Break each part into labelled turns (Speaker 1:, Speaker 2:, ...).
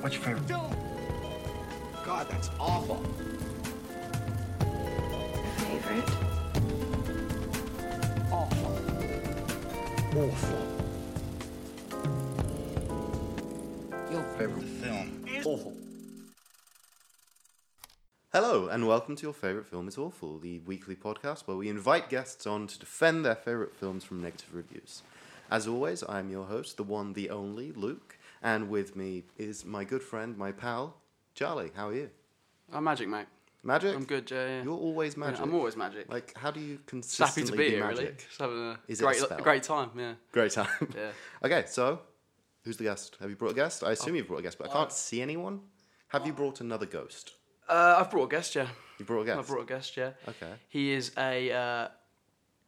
Speaker 1: What's your favorite?
Speaker 2: Don't. God, that's awful.
Speaker 3: Favorite?
Speaker 2: Awful. Awful. Your
Speaker 1: Favorite film?
Speaker 2: is awful.
Speaker 4: Hello, and welcome to Your Favourite Film is Awful, the weekly podcast where we invite guests on to defend their favourite films from negative reviews. As always, I'm your host, the one, the only, Luke, and with me is my good friend, my pal, Charlie. How are you?
Speaker 5: I'm magic, mate.
Speaker 4: Magic?
Speaker 5: I'm good, yeah. yeah.
Speaker 4: You're always
Speaker 5: Yeah,
Speaker 4: magic.
Speaker 5: I'm always magic.
Speaker 4: Like, how do you
Speaker 5: Just happy
Speaker 4: consistently
Speaker 5: to be, here,
Speaker 4: magic?
Speaker 5: really. Just having a
Speaker 4: Is it a
Speaker 5: great,
Speaker 4: spell?
Speaker 5: great time, yeah.
Speaker 4: Great time.
Speaker 5: Yeah.
Speaker 4: okay, so who's the guest? Have you brought a guest? I
Speaker 5: Oh.
Speaker 4: assume you've brought a guest, but I can't see anyone. Have you brought another ghost?
Speaker 5: Uh, I've brought a guest, yeah.
Speaker 4: You brought a guest.
Speaker 5: I've brought a guest, yeah.
Speaker 4: Okay.
Speaker 5: He is a uh,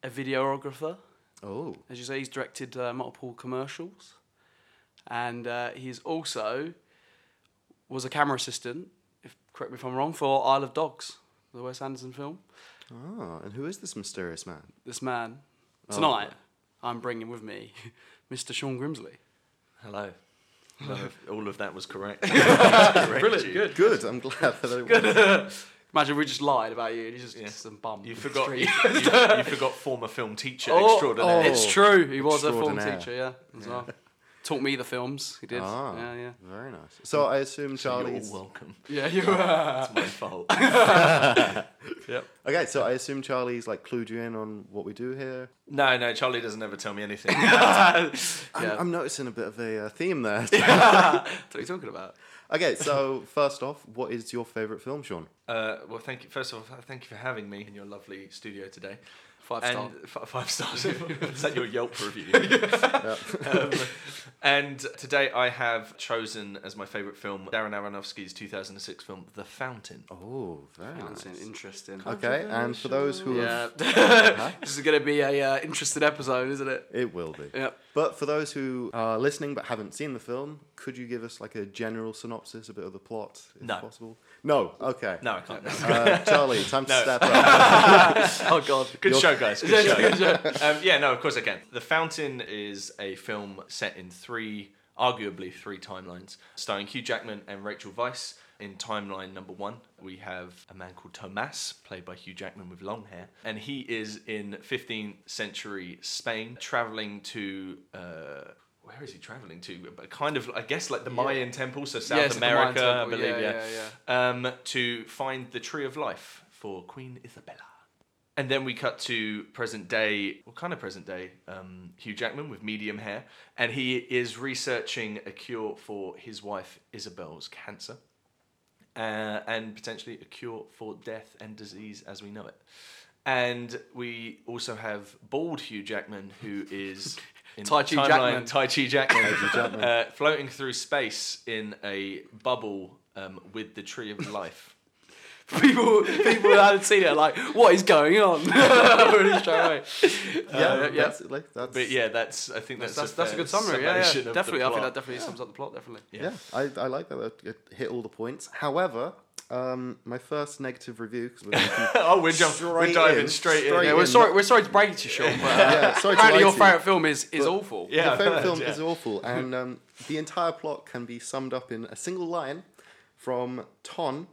Speaker 5: a videographer,
Speaker 4: Oh,
Speaker 5: as you say. He's directed uh, multiple commercials, and uh, he's also was a camera assistant. If correct me if I'm wrong, for Isle of Dogs, the Wes Anderson film.
Speaker 4: ah, and who is this mysterious man?
Speaker 5: This man
Speaker 6: Oh,
Speaker 5: tonight, I'm bringing with me, Mr. Sean Grimsley.
Speaker 6: Hello. None of- all of that was correct.
Speaker 5: Brilliant, good.
Speaker 4: Good. I'm glad that I was.
Speaker 5: Imagine we just lied about you. and He's just
Speaker 6: Yeah.
Speaker 5: some bum. on
Speaker 6: You
Speaker 5: the
Speaker 6: forgot. You,
Speaker 5: street.
Speaker 6: you forgot former film teacher
Speaker 5: Oh,
Speaker 6: extraordinaire.
Speaker 5: It's true. He was a film
Speaker 4: Extraordinaire.
Speaker 5: teacher, yeah, as well. Taught me the films. He did.
Speaker 4: Ah,
Speaker 5: Yeah, yeah.
Speaker 4: Very nice. So I assume
Speaker 6: You're
Speaker 4: Charlie's.
Speaker 6: welcome.
Speaker 5: Yeah, you were.
Speaker 6: It's my fault.
Speaker 4: Okay, so I assume Charlie's like clued you in on what we do here.
Speaker 6: No, no, Charlie doesn't ever tell me anything.
Speaker 4: I'm,
Speaker 5: Yeah.
Speaker 4: I'm noticing a bit of a uh, theme there.
Speaker 5: That's what you're talking about.
Speaker 4: okay, so first off, what is your favorite film, Sean?
Speaker 6: Uh, well, thank you. First of all, thank you for having me in your lovely studio today.
Speaker 5: Five star.
Speaker 6: and f- five stars. Is that your Yelp review? Um, and today I have chosen as my favourite film Darren Aronofsky's 2006 film The Fountain.
Speaker 4: Oh, very
Speaker 5: That's
Speaker 4: nice.
Speaker 5: interesting.
Speaker 4: Okay, and for those who have
Speaker 5: Yeah. this is going to be a uh, interesting episode, isn't it?
Speaker 4: It will be.
Speaker 5: Yep.
Speaker 4: But for those who are listening but haven't seen the film, could you give us like a general synopsis, a bit of the plot, if
Speaker 6: No.
Speaker 4: possible? No. Okay.
Speaker 6: No, I can't.
Speaker 4: Uh, Charlie, time to step up.
Speaker 5: Oh God.
Speaker 6: Good show, guys. Good
Speaker 5: Yeah,
Speaker 6: show.
Speaker 5: good show.
Speaker 6: um, yeah, no, of course I can. The Fountain is a film set in three, arguably three timelines, starring Hugh Jackman and Rachel Weisz. In timeline number one, we have a man called Tomas, played by Hugh Jackman with long hair, and he is in 15th century Spain, traveling to. Uh, where is he traveling to? But Kind of, I guess, like the Mayan temple, so South
Speaker 5: Yeah, it's like the Mayan
Speaker 6: America, I
Speaker 5: temple.
Speaker 6: believe,
Speaker 5: Yeah,
Speaker 6: yeah.
Speaker 5: yeah,
Speaker 6: Um, to find the Tree of Life for Queen Isabella. And then we cut to present day, well, kind of present day, um, Hugh Jackman with medium hair. And he is researching a cure for his wife Isabel's cancer uh, and potentially a cure for death and disease as we know it. And we also have bald Hugh Jackman, who is in
Speaker 5: Tai Chi
Speaker 6: timeline-
Speaker 5: Jackman.
Speaker 6: Tai Chi Jackman, Uh, floating through space in a bubble um, with the Tree of Life.
Speaker 5: People, people that hadn't seen it are like, what is going on? Really straight away.
Speaker 4: yeah,
Speaker 5: yeah.
Speaker 4: basically. That's,
Speaker 6: But yeah, that's I think that's
Speaker 5: That's, that's,
Speaker 6: a,
Speaker 5: that's a
Speaker 6: fair
Speaker 5: good summary. Yeah,
Speaker 6: summation
Speaker 5: yeah.
Speaker 6: of the
Speaker 5: definitely. I think
Speaker 6: plot.
Speaker 5: that definitely sums up the plot. Definitely.
Speaker 4: Yeah, I, I like that. that It hit all the points. However, um, my first negative review, because we're
Speaker 6: oh, we're, jump, we're
Speaker 4: Straight
Speaker 6: diving
Speaker 4: in,
Speaker 6: straight,
Speaker 4: straight
Speaker 6: in.
Speaker 5: Yeah,
Speaker 4: in.
Speaker 5: we're sorry. We're sorry to break it to you, Sean. But, uh,
Speaker 4: yeah, sorry to
Speaker 5: apparently, your
Speaker 4: lie to you.
Speaker 5: favourite film is is awful.
Speaker 6: Yeah,
Speaker 4: Your
Speaker 6: I've
Speaker 4: favorite
Speaker 6: heard,
Speaker 4: film
Speaker 6: yeah.
Speaker 4: is awful, and um, the entire plot can be summed up in a single line from Ton,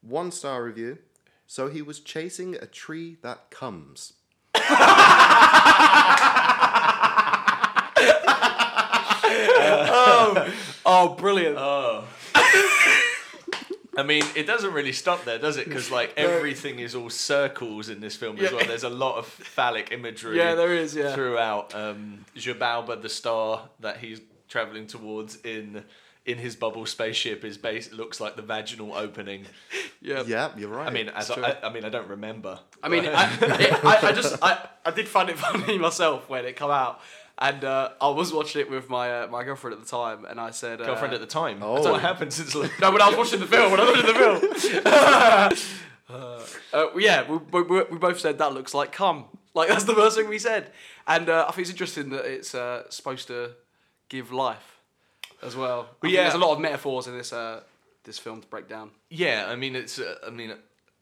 Speaker 4: one star review. So he was chasing a tree that comes.
Speaker 5: Oh, brilliant.
Speaker 6: I mean, it doesn't really stop there, does it? Because like everything is all circles in this film as
Speaker 5: Yeah.
Speaker 6: well. There's a lot of phallic imagery.
Speaker 5: Yeah, there is, yeah.
Speaker 6: throughout. Um, Jabauba, the star that he's traveling towards in in his bubble spaceship, is base looks like the vaginal opening.
Speaker 5: yeah.
Speaker 4: Yeah, you're right.
Speaker 6: I mean, as
Speaker 5: true.
Speaker 6: I, I mean, I don't remember.
Speaker 5: I mean, I, it, I, I just I, I did find it funny myself when it come out, and uh, I was watching it with my uh, my girlfriend at the time, and I said uh,
Speaker 6: girlfriend at the time.
Speaker 4: Oh.
Speaker 6: That's what happened since.
Speaker 5: no when I was watching the film when I was watching the film. uh, yeah, we, we, we- we both said that looks like cum. Like that's the first thing we said, and uh, I think it's interesting that it's uh, supposed to give life as well. I think
Speaker 6: yeah.
Speaker 5: there's a lot of metaphors in this uh, this film to break down.
Speaker 6: Yeah, I mean, it's. Uh, I mean,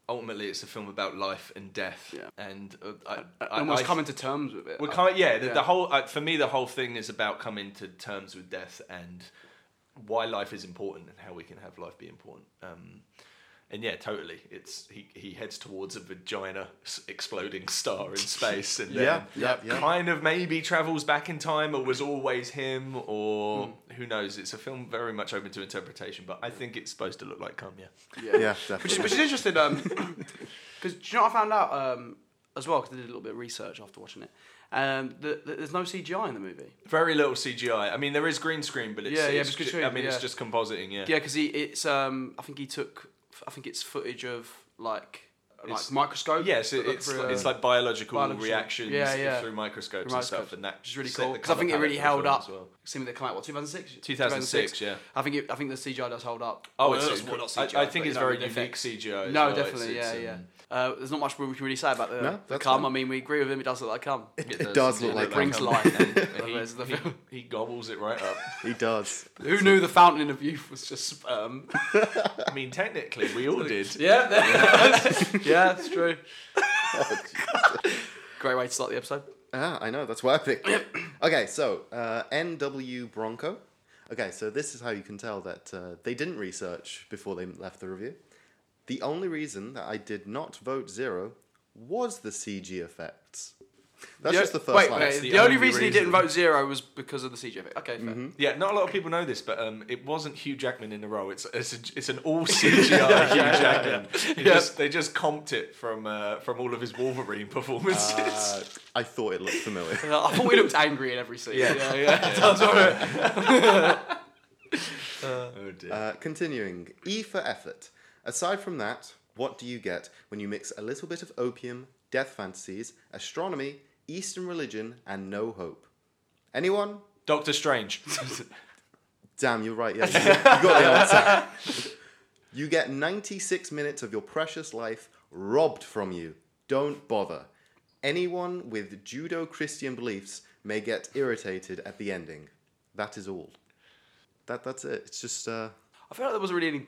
Speaker 6: ultimately, it's a film about life and death.
Speaker 5: Yeah.
Speaker 6: And uh, I, I,
Speaker 5: Almost
Speaker 6: I-
Speaker 5: coming to terms with it.
Speaker 6: We're kind yeah, the,
Speaker 5: yeah.
Speaker 6: the whole uh, for me the whole thing is about coming to terms with death and why life is important and how we can have life be important. Um, and yeah, totally. It's he, he heads towards a vagina s- exploding star in space, and then
Speaker 4: Yeah, yeah, yeah.
Speaker 6: kind of maybe travels back in time, or was always him, or who knows. It's a film very much open to interpretation, but I think it's supposed to look like cum. Yeah,
Speaker 4: Yeah,
Speaker 5: which is
Speaker 4: definitely.
Speaker 5: which is interesting. Um, because you know what I found out um as well because I did a little bit of research after watching it. Um, the, the, there's no CGI in the movie.
Speaker 6: very little CGI. I mean, there is green screen, but it's,
Speaker 5: Yeah, yeah,
Speaker 6: it's
Speaker 5: but
Speaker 6: ju-
Speaker 5: screen,
Speaker 6: I mean, it's
Speaker 5: yeah.
Speaker 6: just compositing. Yeah,
Speaker 5: Yeah, because he it's um I think he took I think it's footage of like
Speaker 6: It's-
Speaker 5: like microscope.
Speaker 6: Yes, it,
Speaker 5: that look
Speaker 6: it's,
Speaker 5: through a-
Speaker 6: it's like biological,
Speaker 5: biological-
Speaker 6: reactions
Speaker 5: yeah, yeah.
Speaker 6: through microscopes
Speaker 5: Through
Speaker 6: and stuff,
Speaker 5: microscopes,
Speaker 6: and that
Speaker 5: which is really
Speaker 6: set the
Speaker 5: cool because I
Speaker 6: colour
Speaker 5: think it
Speaker 6: palette
Speaker 5: really
Speaker 6: for the
Speaker 5: held
Speaker 6: film
Speaker 5: up.
Speaker 6: as well.
Speaker 5: Seeing the came out what 2006?
Speaker 6: 2006, yeah.
Speaker 5: I think it, I think the CGI does hold up.
Speaker 6: Oh,
Speaker 5: Well,
Speaker 6: it's,
Speaker 5: it's well, not
Speaker 6: I, I
Speaker 5: CGI,
Speaker 6: think
Speaker 5: but
Speaker 6: it's
Speaker 5: no,
Speaker 6: very
Speaker 5: the
Speaker 6: unique
Speaker 5: effects.
Speaker 6: CGI. As
Speaker 5: No,
Speaker 6: well. It's-
Speaker 5: definitely,
Speaker 6: it's,
Speaker 5: yeah,
Speaker 6: um,
Speaker 5: yeah. Uh, there's not much we can really say about the,
Speaker 4: No,
Speaker 5: the
Speaker 4: that's
Speaker 5: cum.
Speaker 4: fine.
Speaker 5: I mean, we agree with him. It does look like cum.
Speaker 4: It does look
Speaker 6: it
Speaker 4: like
Speaker 5: brings
Speaker 4: cum.
Speaker 5: life.
Speaker 6: And
Speaker 5: Well,
Speaker 6: he-
Speaker 5: there's the
Speaker 6: he-
Speaker 5: film.
Speaker 6: He gobbles it right up.
Speaker 4: He does.
Speaker 5: Who knew the fountain of youth was just um, sperm?
Speaker 6: I mean, technically, we all did.
Speaker 5: yeah, yeah, that's true. Great way to start the episode.
Speaker 4: Ah, I know. That's why I picked. it. okay, so uh, N.W. Bronco. Okay, so this is how you can tell that uh, they didn't research before they left the review. The only reason that I did not vote zero was the CG effects. That's
Speaker 5: Yeah,
Speaker 4: just the first
Speaker 5: wait,
Speaker 4: line.
Speaker 5: wait,
Speaker 6: That's
Speaker 5: the,
Speaker 6: the
Speaker 5: only
Speaker 6: only
Speaker 5: reason he didn't
Speaker 6: reason.
Speaker 5: vote zero was because of the CGI. Okay, fair.
Speaker 4: Mm-hmm.
Speaker 6: Yeah, not a lot of people know this, but um, it wasn't Hugh Jackman in the role. It's it's, a, it's an all CGI Hugh Jackman. He
Speaker 5: Yeah.
Speaker 6: just- they just comped it from uh, from all of his Wolverine performances.
Speaker 5: Ah,
Speaker 4: Uh, I thought it looked familiar.
Speaker 5: Uh, I thought we looked angry in every scene.
Speaker 6: Yeah.
Speaker 5: yeah. That's all right.
Speaker 6: oh dear.
Speaker 4: Uh, continuing, E for effort. Aside from that, what do you get when you mix a little bit of opium, death fantasies, astronomy, Eastern religion, and no hope? Anyone?
Speaker 6: Doctor Strange.
Speaker 4: Damn, you're right. Yeah, you, you got the answer. You get 96 minutes of your precious life robbed from you. Don't bother. Anyone with Judo Christian beliefs may get irritated at the ending. That is all. That that's it. It's just uh,
Speaker 5: I feel like there wasn't really any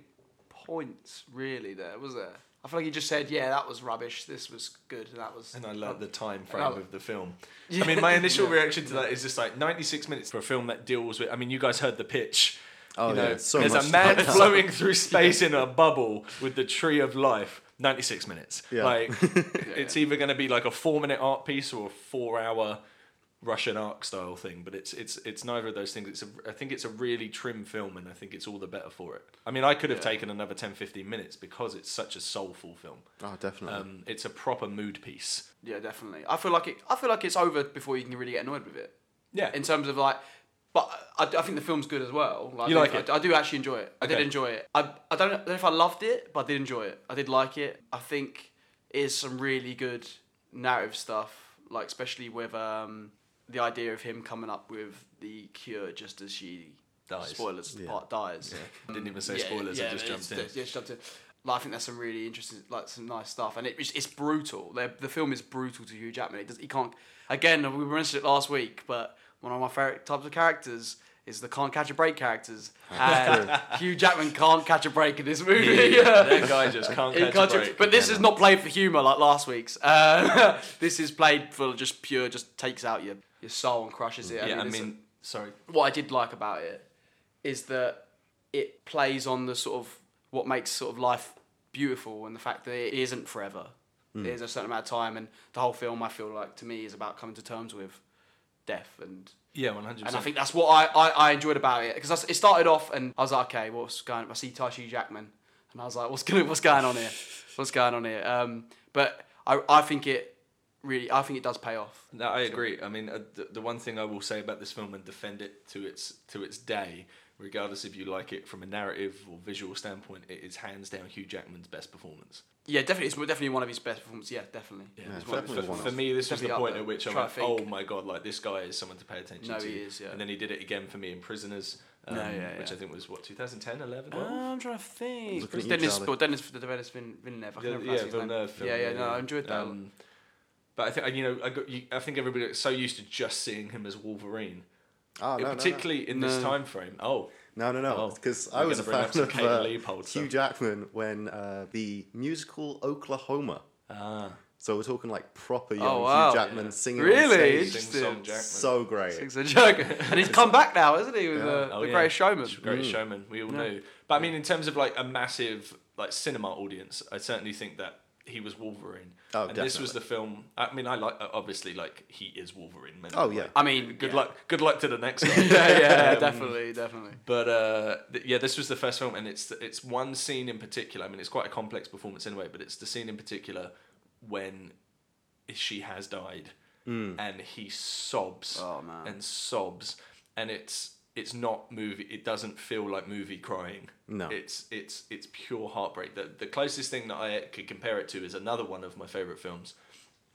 Speaker 5: points really there, was there? I feel like he just said, "Yeah, that was rubbish. This was good. And that was."
Speaker 6: And I love the time frame
Speaker 5: Oh.
Speaker 6: of the film.
Speaker 5: Yeah.
Speaker 6: I mean, my initial
Speaker 5: Yeah.
Speaker 6: reaction to that is just like 96 minutes for a film that deals with. I mean, you guys heard the pitch.
Speaker 4: Oh,
Speaker 6: you
Speaker 4: yeah,
Speaker 6: know,
Speaker 4: it's so
Speaker 6: there's
Speaker 4: much
Speaker 6: a man
Speaker 4: to talk about.
Speaker 6: flowing through space in a bubble with the tree of life. 96 minutes.
Speaker 4: Yeah.
Speaker 6: Like, it's either going to be like a four minute art piece or a four hour Russian arc style thing, but it's it's it's neither of those things. It's a, I think it's a really trim film, and I think it's all the better for it. I mean, I could have taken another 10, 15 minutes because it's such a soulful film.
Speaker 4: oh, definitely.
Speaker 6: Um, it's a proper mood piece.
Speaker 5: Yeah, definitely. I feel like it. I feel like it's over before you can really get annoyed with it.
Speaker 6: Yeah.
Speaker 5: In terms of like, but I, I think the film's good as well. Like,
Speaker 6: You
Speaker 5: I
Speaker 6: like
Speaker 5: think-
Speaker 6: it?
Speaker 5: I, I do actually enjoy it. I did
Speaker 6: Okay.
Speaker 5: enjoy it. I I don't, know if I loved it, but I did enjoy it. I did like it. I think it is some really good narrative stuff. Like especially with um the idea of him coming up with the cure just as she
Speaker 6: Dies.
Speaker 5: Spoilers.
Speaker 4: Yeah.
Speaker 5: Part dies.
Speaker 6: I didn't even say
Speaker 5: Yeah,
Speaker 6: spoilers.
Speaker 5: yeah,
Speaker 6: I just
Speaker 5: it's-
Speaker 6: jumped in.
Speaker 5: Yeah, just jumped in. Like, I think there's some really interesting, like some nice stuff, and it, it's, it's brutal. they the film is brutal to Hugh Jackman. It does, he can't. Again, we mentioned it last week, but one of my favorite types of characters is the can't catch a break characters, and Hugh Jackman can't catch a break in this movie.
Speaker 6: That guy just can't
Speaker 5: He
Speaker 6: catch
Speaker 5: can't
Speaker 6: a
Speaker 5: ju-
Speaker 6: break.
Speaker 5: but this is not played for humor like last week's. Uh, this is played for just pure, just takes out your, your soul and crushes it.
Speaker 6: yeah, I
Speaker 5: it's-
Speaker 6: mean, sorry.
Speaker 5: what I did like about it is that it plays on the sort of what makes sort of life beautiful and the fact that it isn't forever. There's a certain amount of time, and the whole film I feel like to me is about coming to terms with death and.
Speaker 6: Yeah, one hundred
Speaker 5: And I
Speaker 6: percent.
Speaker 5: think that's what I, I, I enjoyed about it because it started off and I was like, okay, what's going? I see Taishi Jackman, and I was like, what's going what's going on here? What's going on here? Um, but I, I think it really I think it does pay off.
Speaker 6: No, I agree. I mean, uh, the, the one thing I will say about this film and defend it to its to its day, regardless if you like it from a narrative or visual standpoint, it is hands down Hugh Jackman's best performance.
Speaker 5: Yeah, definitely, it's definitely one of his best performances. Yeah, definitely.
Speaker 6: Yeah,
Speaker 4: it's
Speaker 6: for,
Speaker 4: definitely
Speaker 6: for-
Speaker 4: one of
Speaker 6: for
Speaker 4: them.
Speaker 6: me, this was the
Speaker 5: Definitely up
Speaker 6: point
Speaker 5: there.
Speaker 6: at which I
Speaker 5: Try
Speaker 6: went,
Speaker 5: to
Speaker 6: "Oh
Speaker 5: think.
Speaker 6: my god! Like this guy is someone to pay attention
Speaker 5: No,
Speaker 6: to."
Speaker 5: he is, yeah.
Speaker 6: And then he did it again for me in Prisoners, um,
Speaker 5: No, yeah, yeah.
Speaker 6: which
Speaker 5: Ah,
Speaker 6: I think was what 2010, 11,
Speaker 5: I'm trying to think.
Speaker 4: Looking at you,
Speaker 5: Dennis,
Speaker 4: Charlie.
Speaker 5: well, Dennis, the Dennis Vin, Villeneuve. I can never
Speaker 6: Yeah, yeah,
Speaker 5: pronounce his name.
Speaker 6: Villeneuve film.
Speaker 5: yeah, yeah, no, I enjoyed that.
Speaker 6: Um, but I think you know, I, got, you, I think everybody got so used to just seeing him as Wolverine,
Speaker 4: oh,
Speaker 6: It-
Speaker 4: no, no, no.
Speaker 6: particularly in
Speaker 5: No.
Speaker 6: this time frame. Oh,
Speaker 4: No, no, no.
Speaker 6: Oh,
Speaker 4: Because
Speaker 6: we're
Speaker 4: I was a
Speaker 6: gonna bring
Speaker 4: fan
Speaker 6: up some
Speaker 4: of
Speaker 6: Kate
Speaker 4: uh,
Speaker 6: Leopold
Speaker 4: Hugh
Speaker 6: stuff.
Speaker 4: Jackman when uh, the musical Oklahoma.
Speaker 6: ah,
Speaker 4: So we're talking like proper young
Speaker 5: Oh, wow.
Speaker 4: Hugh Jackman
Speaker 6: Yeah.
Speaker 4: singing on
Speaker 5: Really?
Speaker 4: stage.
Speaker 6: Sing song Jackman.
Speaker 4: So great.
Speaker 5: Six a joke. And he's come back now, isn't he, with the,
Speaker 6: Oh,
Speaker 5: the
Speaker 6: yeah.
Speaker 5: Greatest Showman? Mm.
Speaker 6: Great showman. We all know. But I mean, in terms of like a massive like cinema audience, I certainly think that he was Wolverine.
Speaker 4: Oh,
Speaker 6: and this was the film. I mean, I like obviously like he is Wolverine. man.
Speaker 4: Oh, yeah.
Speaker 6: Like,
Speaker 5: I mean,
Speaker 6: good
Speaker 5: yeah.
Speaker 6: luck. Um, Good luck to the next guy.
Speaker 5: yeah, yeah, definitely, definitely.
Speaker 6: But uh, th- yeah, this was the first film, and it's it's one scene in particular. I mean, it's quite a complex performance in a way, but it's the scene in particular when she has died, and he sobs
Speaker 5: Oh, man.
Speaker 6: and sobs, and it's it's not movie. It doesn't feel like movie crying.
Speaker 4: No.
Speaker 6: it's it's it's pure heartbreak. The the closest thing that I could compare it to is another one of my favorite films.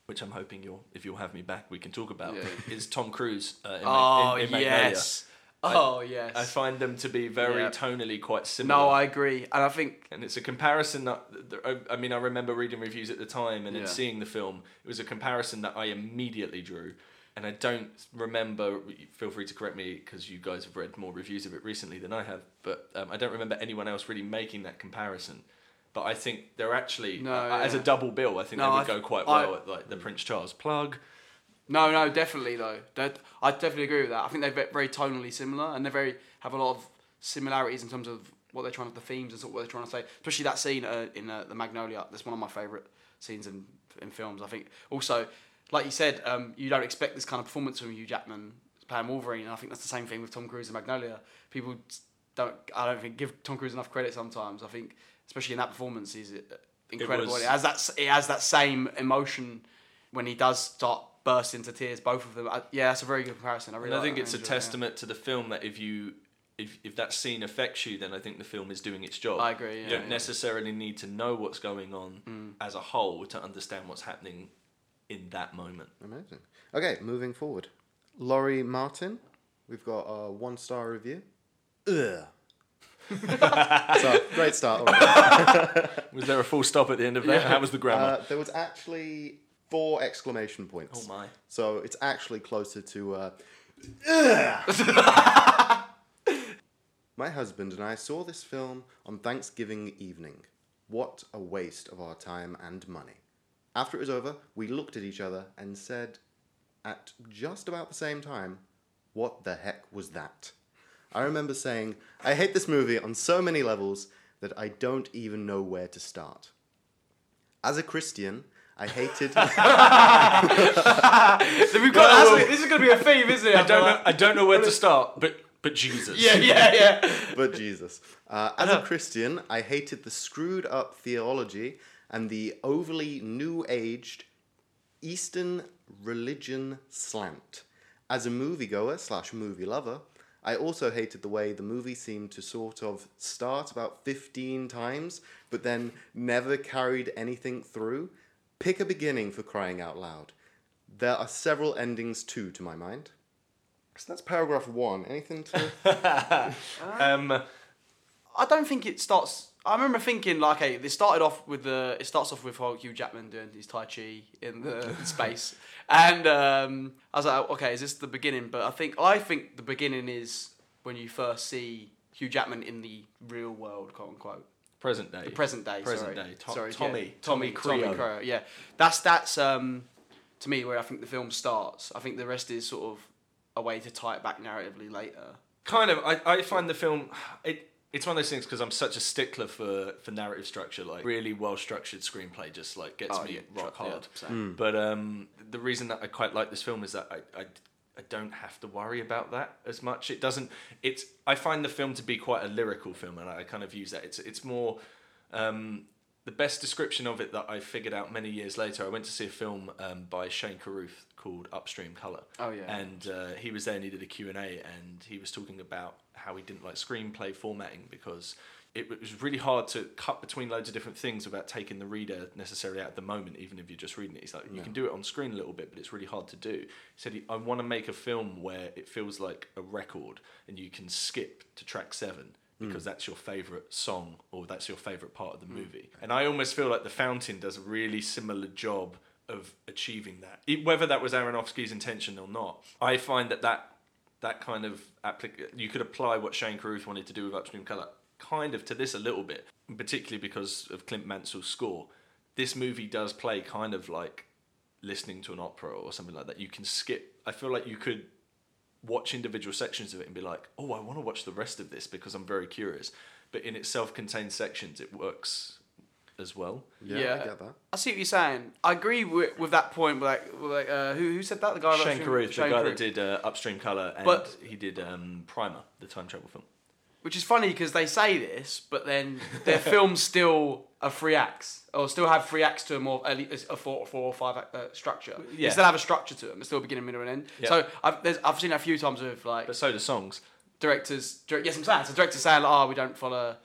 Speaker 6: Which I'm hoping you'll, if you'll have me back, we can talk about.
Speaker 5: Yeah.
Speaker 6: Is Tom Cruise uh, in, Ma-
Speaker 5: Oh,
Speaker 6: in- in Magnolia.
Speaker 5: yes. Oh, yes.
Speaker 6: I find them to be very
Speaker 5: Yeah.
Speaker 6: tonally quite similar.
Speaker 5: no, I agree. And I think,
Speaker 6: And it's a comparison that, that- I- I mean, I remember reading reviews at the time and then
Speaker 5: Yeah.
Speaker 6: seeing the film. It was a comparison that I immediately drew. And I don't remember, feel free to correct me because you guys have read more reviews of it recently than I have, but um, I don't remember anyone else really making that comparison. But I think they're actually,
Speaker 5: No,
Speaker 6: uh, as a
Speaker 5: yeah.
Speaker 6: double bill, I think
Speaker 5: No,
Speaker 6: they
Speaker 5: I
Speaker 6: would
Speaker 5: th-
Speaker 6: go quite
Speaker 5: I-
Speaker 6: well at like the Prince Charles plug.
Speaker 5: no, no, definitely, though. That, I definitely agree with that. I think they're ve- very tonally similar and they very have a lot of similarities in terms of what they're trying to, the themes and sort of what they're trying to say. Especially that scene uh, in uh, The Magnolia. That's one of my favourite scenes in, in films, I think. Also, like you said, um, you don't expect this kind of performance from Hugh Jackman playing Wolverine. And I think that's the same thing with Tom Cruise in Magnolia. People don't, I don't think, give Tom Cruise enough credit sometimes. I think, especially in that performance, he's uh, incredible.
Speaker 6: was-
Speaker 5: It has that, s- it has that same emotion when he does start burst into tears. Both of them, I, yeah, that's a very good comparison. I really,
Speaker 6: And I
Speaker 5: like
Speaker 6: think
Speaker 5: that.
Speaker 6: it's a
Speaker 5: enjoy it, yeah.
Speaker 6: testament to the film that if you if, if that scene affects you, then I think the film is doing its job.
Speaker 5: I agree,
Speaker 6: you
Speaker 5: yeah,
Speaker 6: don't
Speaker 5: yeah. Mm.
Speaker 6: necessarily need to know what's going on as a whole to understand what's happening in that moment.
Speaker 4: Amazing. Okay, moving forward. Laurie Martin, we've got a one star review. Ugh. so, great start. already.
Speaker 6: Was there a full stop at the end of that? How was the grammar?
Speaker 4: Uh, there was actually four exclamation points.
Speaker 6: Oh my.
Speaker 4: So it's actually closer to. Uh, my husband and I saw this film on Thanksgiving evening. What a waste of our time and money. After it was over, we looked at each other and said, at just about the same time, what the heck was that? I remember saying, I hate this movie on so many levels that I don't even know where to start. As a Christian, I hated.
Speaker 5: We've got-
Speaker 6: Whoa.
Speaker 5: that's- this is going to be a theme, isn't it?
Speaker 6: I don't know. I don't know where to start, but but Jesus.
Speaker 5: Yeah, yeah, yeah.
Speaker 4: but Jesus. Uh, as a Christian, I hated the screwed up theology and the overly new aged Eastern religion slant. As a moviegoer slash movie lover, I also hated the way the movie seemed to sort of start about 15 times, but then never carried anything through. Pick a beginning for crying out loud. There are several endings too, to my mind. So that's paragraph one. Anything to.
Speaker 6: Um,
Speaker 5: I don't think it starts. I remember thinking like, hey, this started off with the. It starts off with oh, Hugh Jackman doing his tai chi in the space, and um, I was like, okay, is this the beginning? But I think I think the beginning is when you first see Hugh Jackman in the real world, quote unquote.
Speaker 6: present day.
Speaker 5: The present day. sorry.
Speaker 6: Present day. To-
Speaker 5: sorry,
Speaker 6: Tommy.
Speaker 5: yeah.
Speaker 6: Tommy
Speaker 5: Tommy
Speaker 6: Creo.
Speaker 5: Creo. Yeah, that's that's um, to me where I think the film starts. I think the rest is sort of a way to tie it back narratively later.
Speaker 6: kind of I, I find the film it it's one of those things because I'm such a stickler for for narrative structure like really well structured screenplay just like gets
Speaker 5: Oh,
Speaker 6: me
Speaker 5: yeah,
Speaker 6: rock
Speaker 5: tr- yeah,
Speaker 6: hard
Speaker 5: same.
Speaker 6: but um the reason that I quite like this film is that I, I I don't have to worry about that as much it doesn't it's I find the film to be quite a lyrical film and I kind of use that it's it's more um the best description of it that I figured out many years later, I went to see a film um, by Shane Carruth called Upstream Color.
Speaker 5: Oh, yeah.
Speaker 6: And uh, he was there and he did a Q&A and he was talking about how he didn't like screenplay formatting because it w- was really hard to cut between loads of different things without taking the reader necessarily out at the moment, even if you're just reading it. He's like, you can do it on screen a little bit, but it's really hard to do. He said, I want to make a film where it feels like a record and you can skip to track seven because that's your favorite song or that's your favorite part of the movie. And I almost feel like The Fountain does a really similar job of achieving that. It- whether that was Aronofsky's intention or not, I find that that that kind of applic- you could apply what Shane Carruth wanted to do with Upstream Color kind of to this a little bit, particularly because of Clint Mansell's score. this movie does play kind of like listening to an opera or something like that. You can skip. I feel like you could watch individual sections of it and be like, oh, I want to watch the rest of this because I'm very curious. But in its self-contained sections, it works as well.
Speaker 4: Yeah, I
Speaker 5: Yeah.
Speaker 4: get that.
Speaker 5: I see what you're saying. I agree with, with that point. Like, like uh, who who said that? The guy that-
Speaker 6: Shankaruth, the guy
Speaker 5: Shankaruth.
Speaker 6: that did uh, Upstream Color, and
Speaker 5: But-
Speaker 6: he did um, Primer, the time travel film.
Speaker 5: Which is funny because they say this, but then their films still are three acts, or still have three acts to them, or at least a four, four or five act, uh, structure.
Speaker 6: Yeah.
Speaker 5: They still have a structure to them. It's still a beginning, middle, and end.
Speaker 6: Yeah.
Speaker 5: So I've, there's, I've seen that a few times with like
Speaker 6: But so do songs.
Speaker 5: directors. Direct, yes, I'm saying. So directors saying, like, "Oh, we don't follow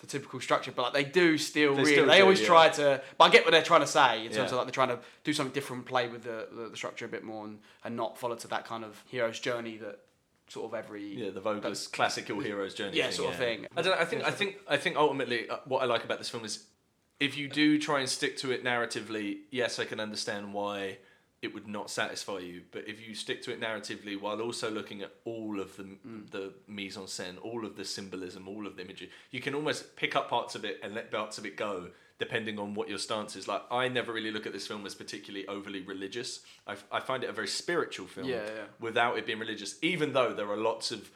Speaker 5: the typical structure," but like they do still
Speaker 6: They
Speaker 5: really.
Speaker 6: still
Speaker 5: they
Speaker 6: do,
Speaker 5: always
Speaker 6: yeah.
Speaker 5: try to. But I get what they're trying to say in terms
Speaker 6: Yeah.
Speaker 5: of like they're trying to do something different, play with the, the, the structure a bit more, and, and not follow to that kind of hero's journey that sort of every
Speaker 6: Yeah, the vocalist, classical hero's journey.
Speaker 5: Yeah,
Speaker 6: thing,
Speaker 5: sort of thing.
Speaker 6: I don't. know, I think. I think. I think. Ultimately, uh, what I like about this film is, if you do try and stick to it narratively, yes, I can understand why it would not satisfy you. But if you stick to it narratively while also looking at all of the
Speaker 5: Mm.
Speaker 6: the mise en scène, all of the symbolism, all of the imagery, you can almost pick up parts of it and let parts of it go. Depending on what your stance is, like I never really look at this film as particularly overly religious. I, f- I find it a very spiritual film
Speaker 5: Yeah, yeah.
Speaker 6: without it being religious, even though there are lots of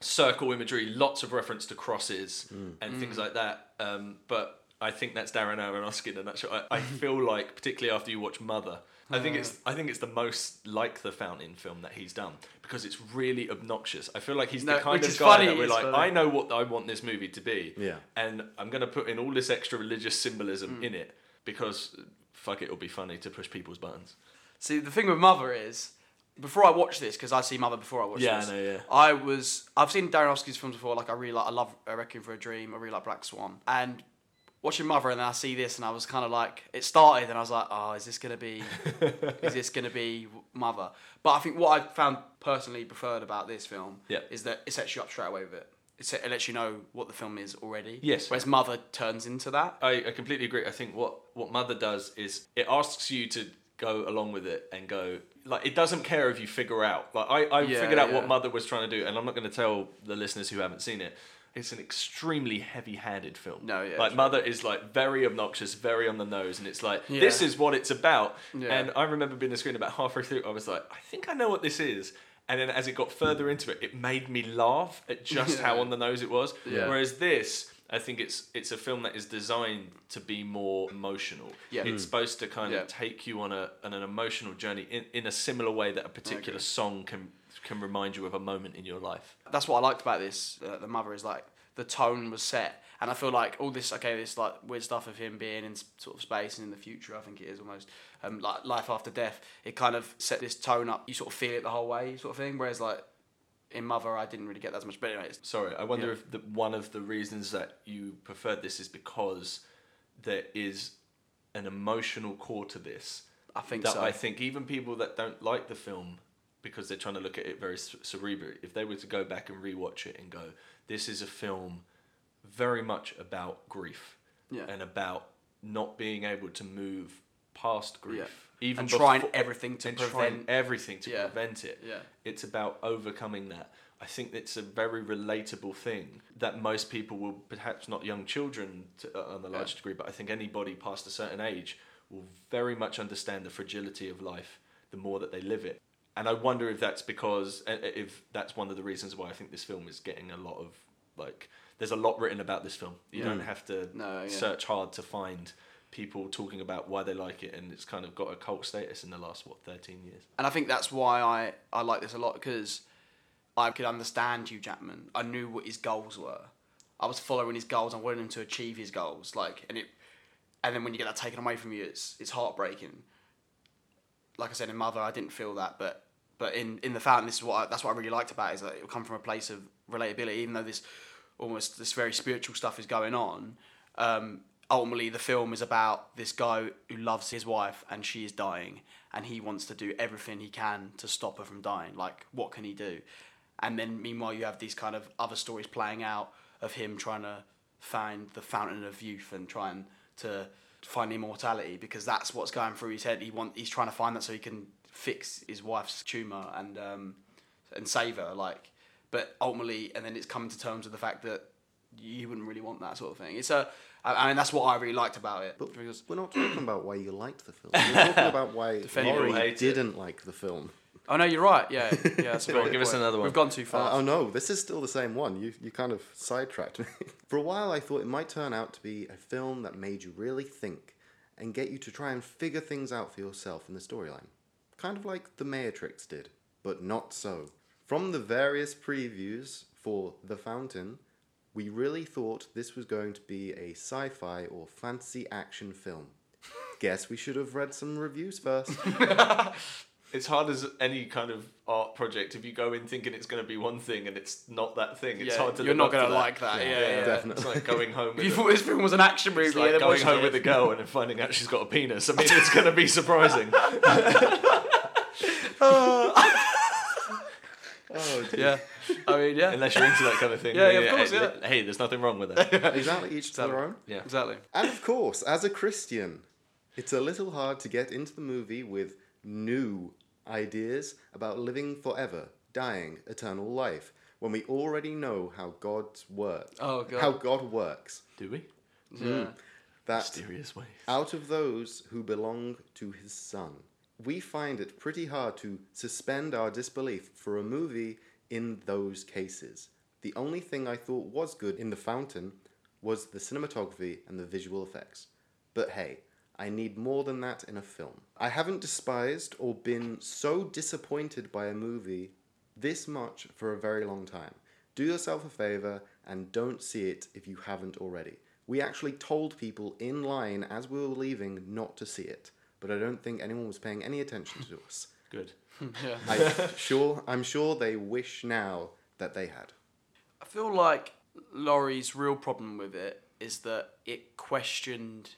Speaker 6: circle imagery, lots of reference to crosses and
Speaker 5: Mm.
Speaker 6: things like that. Um, but I think that's Darren Aronofsky in a nutshell. I, I feel like, particularly after you watch Mother, I think
Speaker 5: Mm.
Speaker 6: it's I think it's the most like the Fountain film that he's done because it's really obnoxious. I feel like he's the
Speaker 5: No,
Speaker 6: kind
Speaker 5: which
Speaker 6: of
Speaker 5: is
Speaker 6: guy
Speaker 5: funny,
Speaker 6: that we're
Speaker 5: it's
Speaker 6: like,
Speaker 5: funny.
Speaker 6: I know what I want this movie to be,
Speaker 4: Yeah.
Speaker 6: and I'm going to put in all this extra religious symbolism
Speaker 5: Mm.
Speaker 6: in it because fuck it, it'll be funny to push people's buttons.
Speaker 5: See, the thing with Mother is, before I watched this, because I see Mother before I watched
Speaker 6: Yeah, I
Speaker 5: this.
Speaker 6: know, yeah.
Speaker 5: I was, I've seen Darren Aronofsky's films before. Like I really like, I love uh, Requiem for a Dream. I really like Black Swan. And watching Mother, and then I see this, and I was kind of like, it started, and I was like, oh, is this gonna be, is this gonna be Mother? But I think what I found personally preferred about this film
Speaker 6: Yeah.
Speaker 5: is that it sets you up straight away with it. It set- It lets you know what the film is already.
Speaker 6: Yes.
Speaker 5: Whereas Mother turns into that.
Speaker 6: I, I completely agree. I think what, what Mother does is it asks you to go along with it and go like it doesn't care if you figure out like I, I
Speaker 5: Yeah,
Speaker 6: figured out what
Speaker 5: yeah.
Speaker 6: Mother was trying to do and I'm not going to tell the listeners who haven't seen it. It's an extremely heavy-handed film.
Speaker 5: No, yeah,
Speaker 6: Like
Speaker 5: sure.
Speaker 6: Mother is like very obnoxious, very on the nose, and it's like
Speaker 5: Yeah.
Speaker 6: this is what it's about.
Speaker 5: Yeah.
Speaker 6: And I remember being on the screen about halfway through, I was like, I think I know what this is. And then as it got further into it, it made me laugh at just
Speaker 5: Yeah.
Speaker 6: how on the nose it was.
Speaker 4: Yeah.
Speaker 6: Whereas this, I think it's it's a film that is designed to be more emotional.
Speaker 5: Yeah.
Speaker 6: It's supposed to kind
Speaker 5: Yeah.
Speaker 6: of take you on a on an emotional journey in, in a similar way that a particular song can can remind you of a moment in your life.
Speaker 5: that's what I liked about this. Uh, the mother is like the tone was set, and I feel like all this okay, this like weird stuff of him being in s- sort of space and in the future. I think it is almost um, like life after death. It kind of set this tone up. You sort of feel it the whole way, sort of thing. Whereas like in Mother, I didn't really get that as much. But anyway, it's,
Speaker 6: Sorry, I wonder
Speaker 5: Yeah.
Speaker 6: if the, one of the reasons that you preferred this is because there is an emotional core to this.
Speaker 5: I think
Speaker 6: that
Speaker 5: so.
Speaker 6: I think even people that don't like the film because they're trying to look at it very c- cerebrally, if they were to go back and rewatch it and go, this is a film very much about grief
Speaker 5: Yeah.
Speaker 6: and about not being able to move past grief.
Speaker 5: Yeah. And trying
Speaker 6: befo-
Speaker 5: everything to
Speaker 6: and trying
Speaker 5: prevent-
Speaker 6: everything to
Speaker 5: Yeah.
Speaker 6: prevent it.
Speaker 5: Yeah.
Speaker 6: It's about overcoming that. I think it's a very relatable thing that most people will, perhaps not young children to, uh, on a large
Speaker 5: Yeah.
Speaker 6: degree, but I think anybody past a certain age will very much understand the fragility of life the more that they live it. And I wonder if that's because, uh, if that's one of the reasons why I think this film is getting a lot of, like, there's a lot written about this film. You
Speaker 5: Yeah.
Speaker 6: don't have to
Speaker 5: No, yeah.
Speaker 6: search hard to find people talking about why they like it, and it's kind of got a cult status in the last, what, 13 years?
Speaker 5: and I think that's why I, I like this a lot because I could understand Hugh Jackman. I knew what his goals were. I was following his goals. I wanted him to achieve his goals. Like, and it, and then when you get that taken away from you, it's it's heartbreaking. Like I said in Mother, I didn't feel that, but but in in the Fountain, this is what I, that's what I really liked about it, is that it come from a place of relatability, even though this almost this very spiritual stuff is going on. Um, ultimately, the film is about this guy who loves his wife and she is dying, and he wants to do everything he can to stop her from dying. Like, what can he do? And then meanwhile, you have these kind of other stories playing out of him trying to find the fountain of youth and trying to find immortality because that's what's going through his head. He want he's trying to find that so he can fix his wife's tumor and um, and save her. Like, but ultimately, and then it's coming to terms with the fact that you wouldn't really want that sort of thing. It's a I, I mean, that's what I really liked about it.
Speaker 4: But
Speaker 5: because
Speaker 4: we're not talking about why you liked the film. We're talking about why
Speaker 6: Defend it or
Speaker 4: Laurie
Speaker 6: hate it.
Speaker 4: didn't like the film.
Speaker 5: oh no, you're right. Yeah, yeah. That's a
Speaker 6: Go
Speaker 5: very
Speaker 6: on,
Speaker 5: good
Speaker 6: give us
Speaker 5: point.
Speaker 6: another one.
Speaker 5: We've gone too
Speaker 4: Uh,
Speaker 5: far.
Speaker 4: oh no, this is still the same one. You you kind of sidetracked me. For a while, I thought it might turn out to be a film that made you really think and get you to try and figure things out for yourself in the storyline, kind of like The Matrix did, but not so. From the various previews for The Fountain, we really thought this was going to be a sci-fi or fantasy action film. Guess we should have read some reviews first.
Speaker 6: It's hard as any kind of art project. If you go in thinking it's going to be one thing and it's not that thing, it's
Speaker 5: Yeah,
Speaker 6: hard to.
Speaker 5: you're
Speaker 6: live
Speaker 5: not
Speaker 6: up to
Speaker 5: gonna like that, yeah, yeah.
Speaker 4: Definitely.
Speaker 6: It's like going home.
Speaker 5: if
Speaker 6: With
Speaker 5: you
Speaker 6: a-
Speaker 5: thought this film was an action movie,
Speaker 6: it's like
Speaker 5: then
Speaker 6: going
Speaker 5: watch
Speaker 6: home
Speaker 5: it.
Speaker 6: with a girl and then finding out she's got a penis. I mean, it's going to be surprising.
Speaker 4: oh, dear.
Speaker 5: Yeah, I mean, yeah,
Speaker 6: Unless you're into that kind of thing.
Speaker 5: Yeah,
Speaker 6: then
Speaker 5: yeah, of course,
Speaker 6: hey,
Speaker 5: yeah.
Speaker 6: Hey, there's nothing wrong with that.
Speaker 4: exactly each to their own.
Speaker 6: Yeah.
Speaker 5: exactly.
Speaker 4: And of course, as a Christian, it's a little hard to get into the movie with new ideas about living forever, dying, eternal life, when we already know how God's work,
Speaker 5: Oh, God.
Speaker 4: how God works.
Speaker 6: Do we?
Speaker 5: Yeah.
Speaker 4: That
Speaker 6: Mysterious ways.
Speaker 4: out of those who belong to His Son, we find it pretty hard to suspend our disbelief for a movie in those cases. The only thing I thought was good in The Fountain was the cinematography and the visual effects. But hey, I need more than that in a film. I haven't despised or been so disappointed by a movie this much for a very long time. Do yourself a favor and don't see it if you haven't already. We actually told people in line as we were leaving not to see it, but I don't think anyone was paying any attention to us.
Speaker 6: Good.
Speaker 5: Yeah.
Speaker 4: I sure I'm sure they wish now that they had.
Speaker 5: I feel like Laurie's real problem with it is that it questioned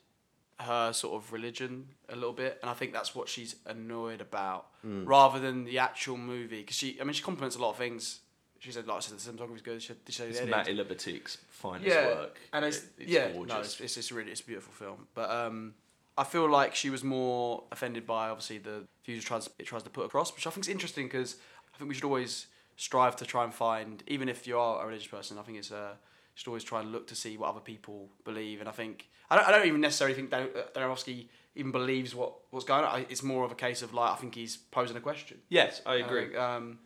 Speaker 5: her sort of religion a little bit, and I think that's what she's annoyed about, rather than the actual movie. Because she, I mean, she compliments a lot of things. She said, like, she said the cinematography's good. She said, she said
Speaker 6: It's
Speaker 5: the
Speaker 6: Matt
Speaker 5: editing-
Speaker 6: Ilobatik's finest
Speaker 5: yeah,
Speaker 6: work.
Speaker 5: and it's,
Speaker 6: It-
Speaker 5: yeah, no, it's, it's it's really it's a beautiful film. But um, I feel like she was more offended by obviously the views it tries it tries to put across, which I think is interesting because I think we should always strive to try and find, even if you are a religious person, I think it's uh, you should always try and look to see what other people believe. And I think I don't, I don't even necessarily think Dan, uh, Danilowski even believes what what's going on. I, it's more of a case of like I think he's posing a question.
Speaker 6: Yes, I
Speaker 5: And
Speaker 6: agree.
Speaker 5: think, um,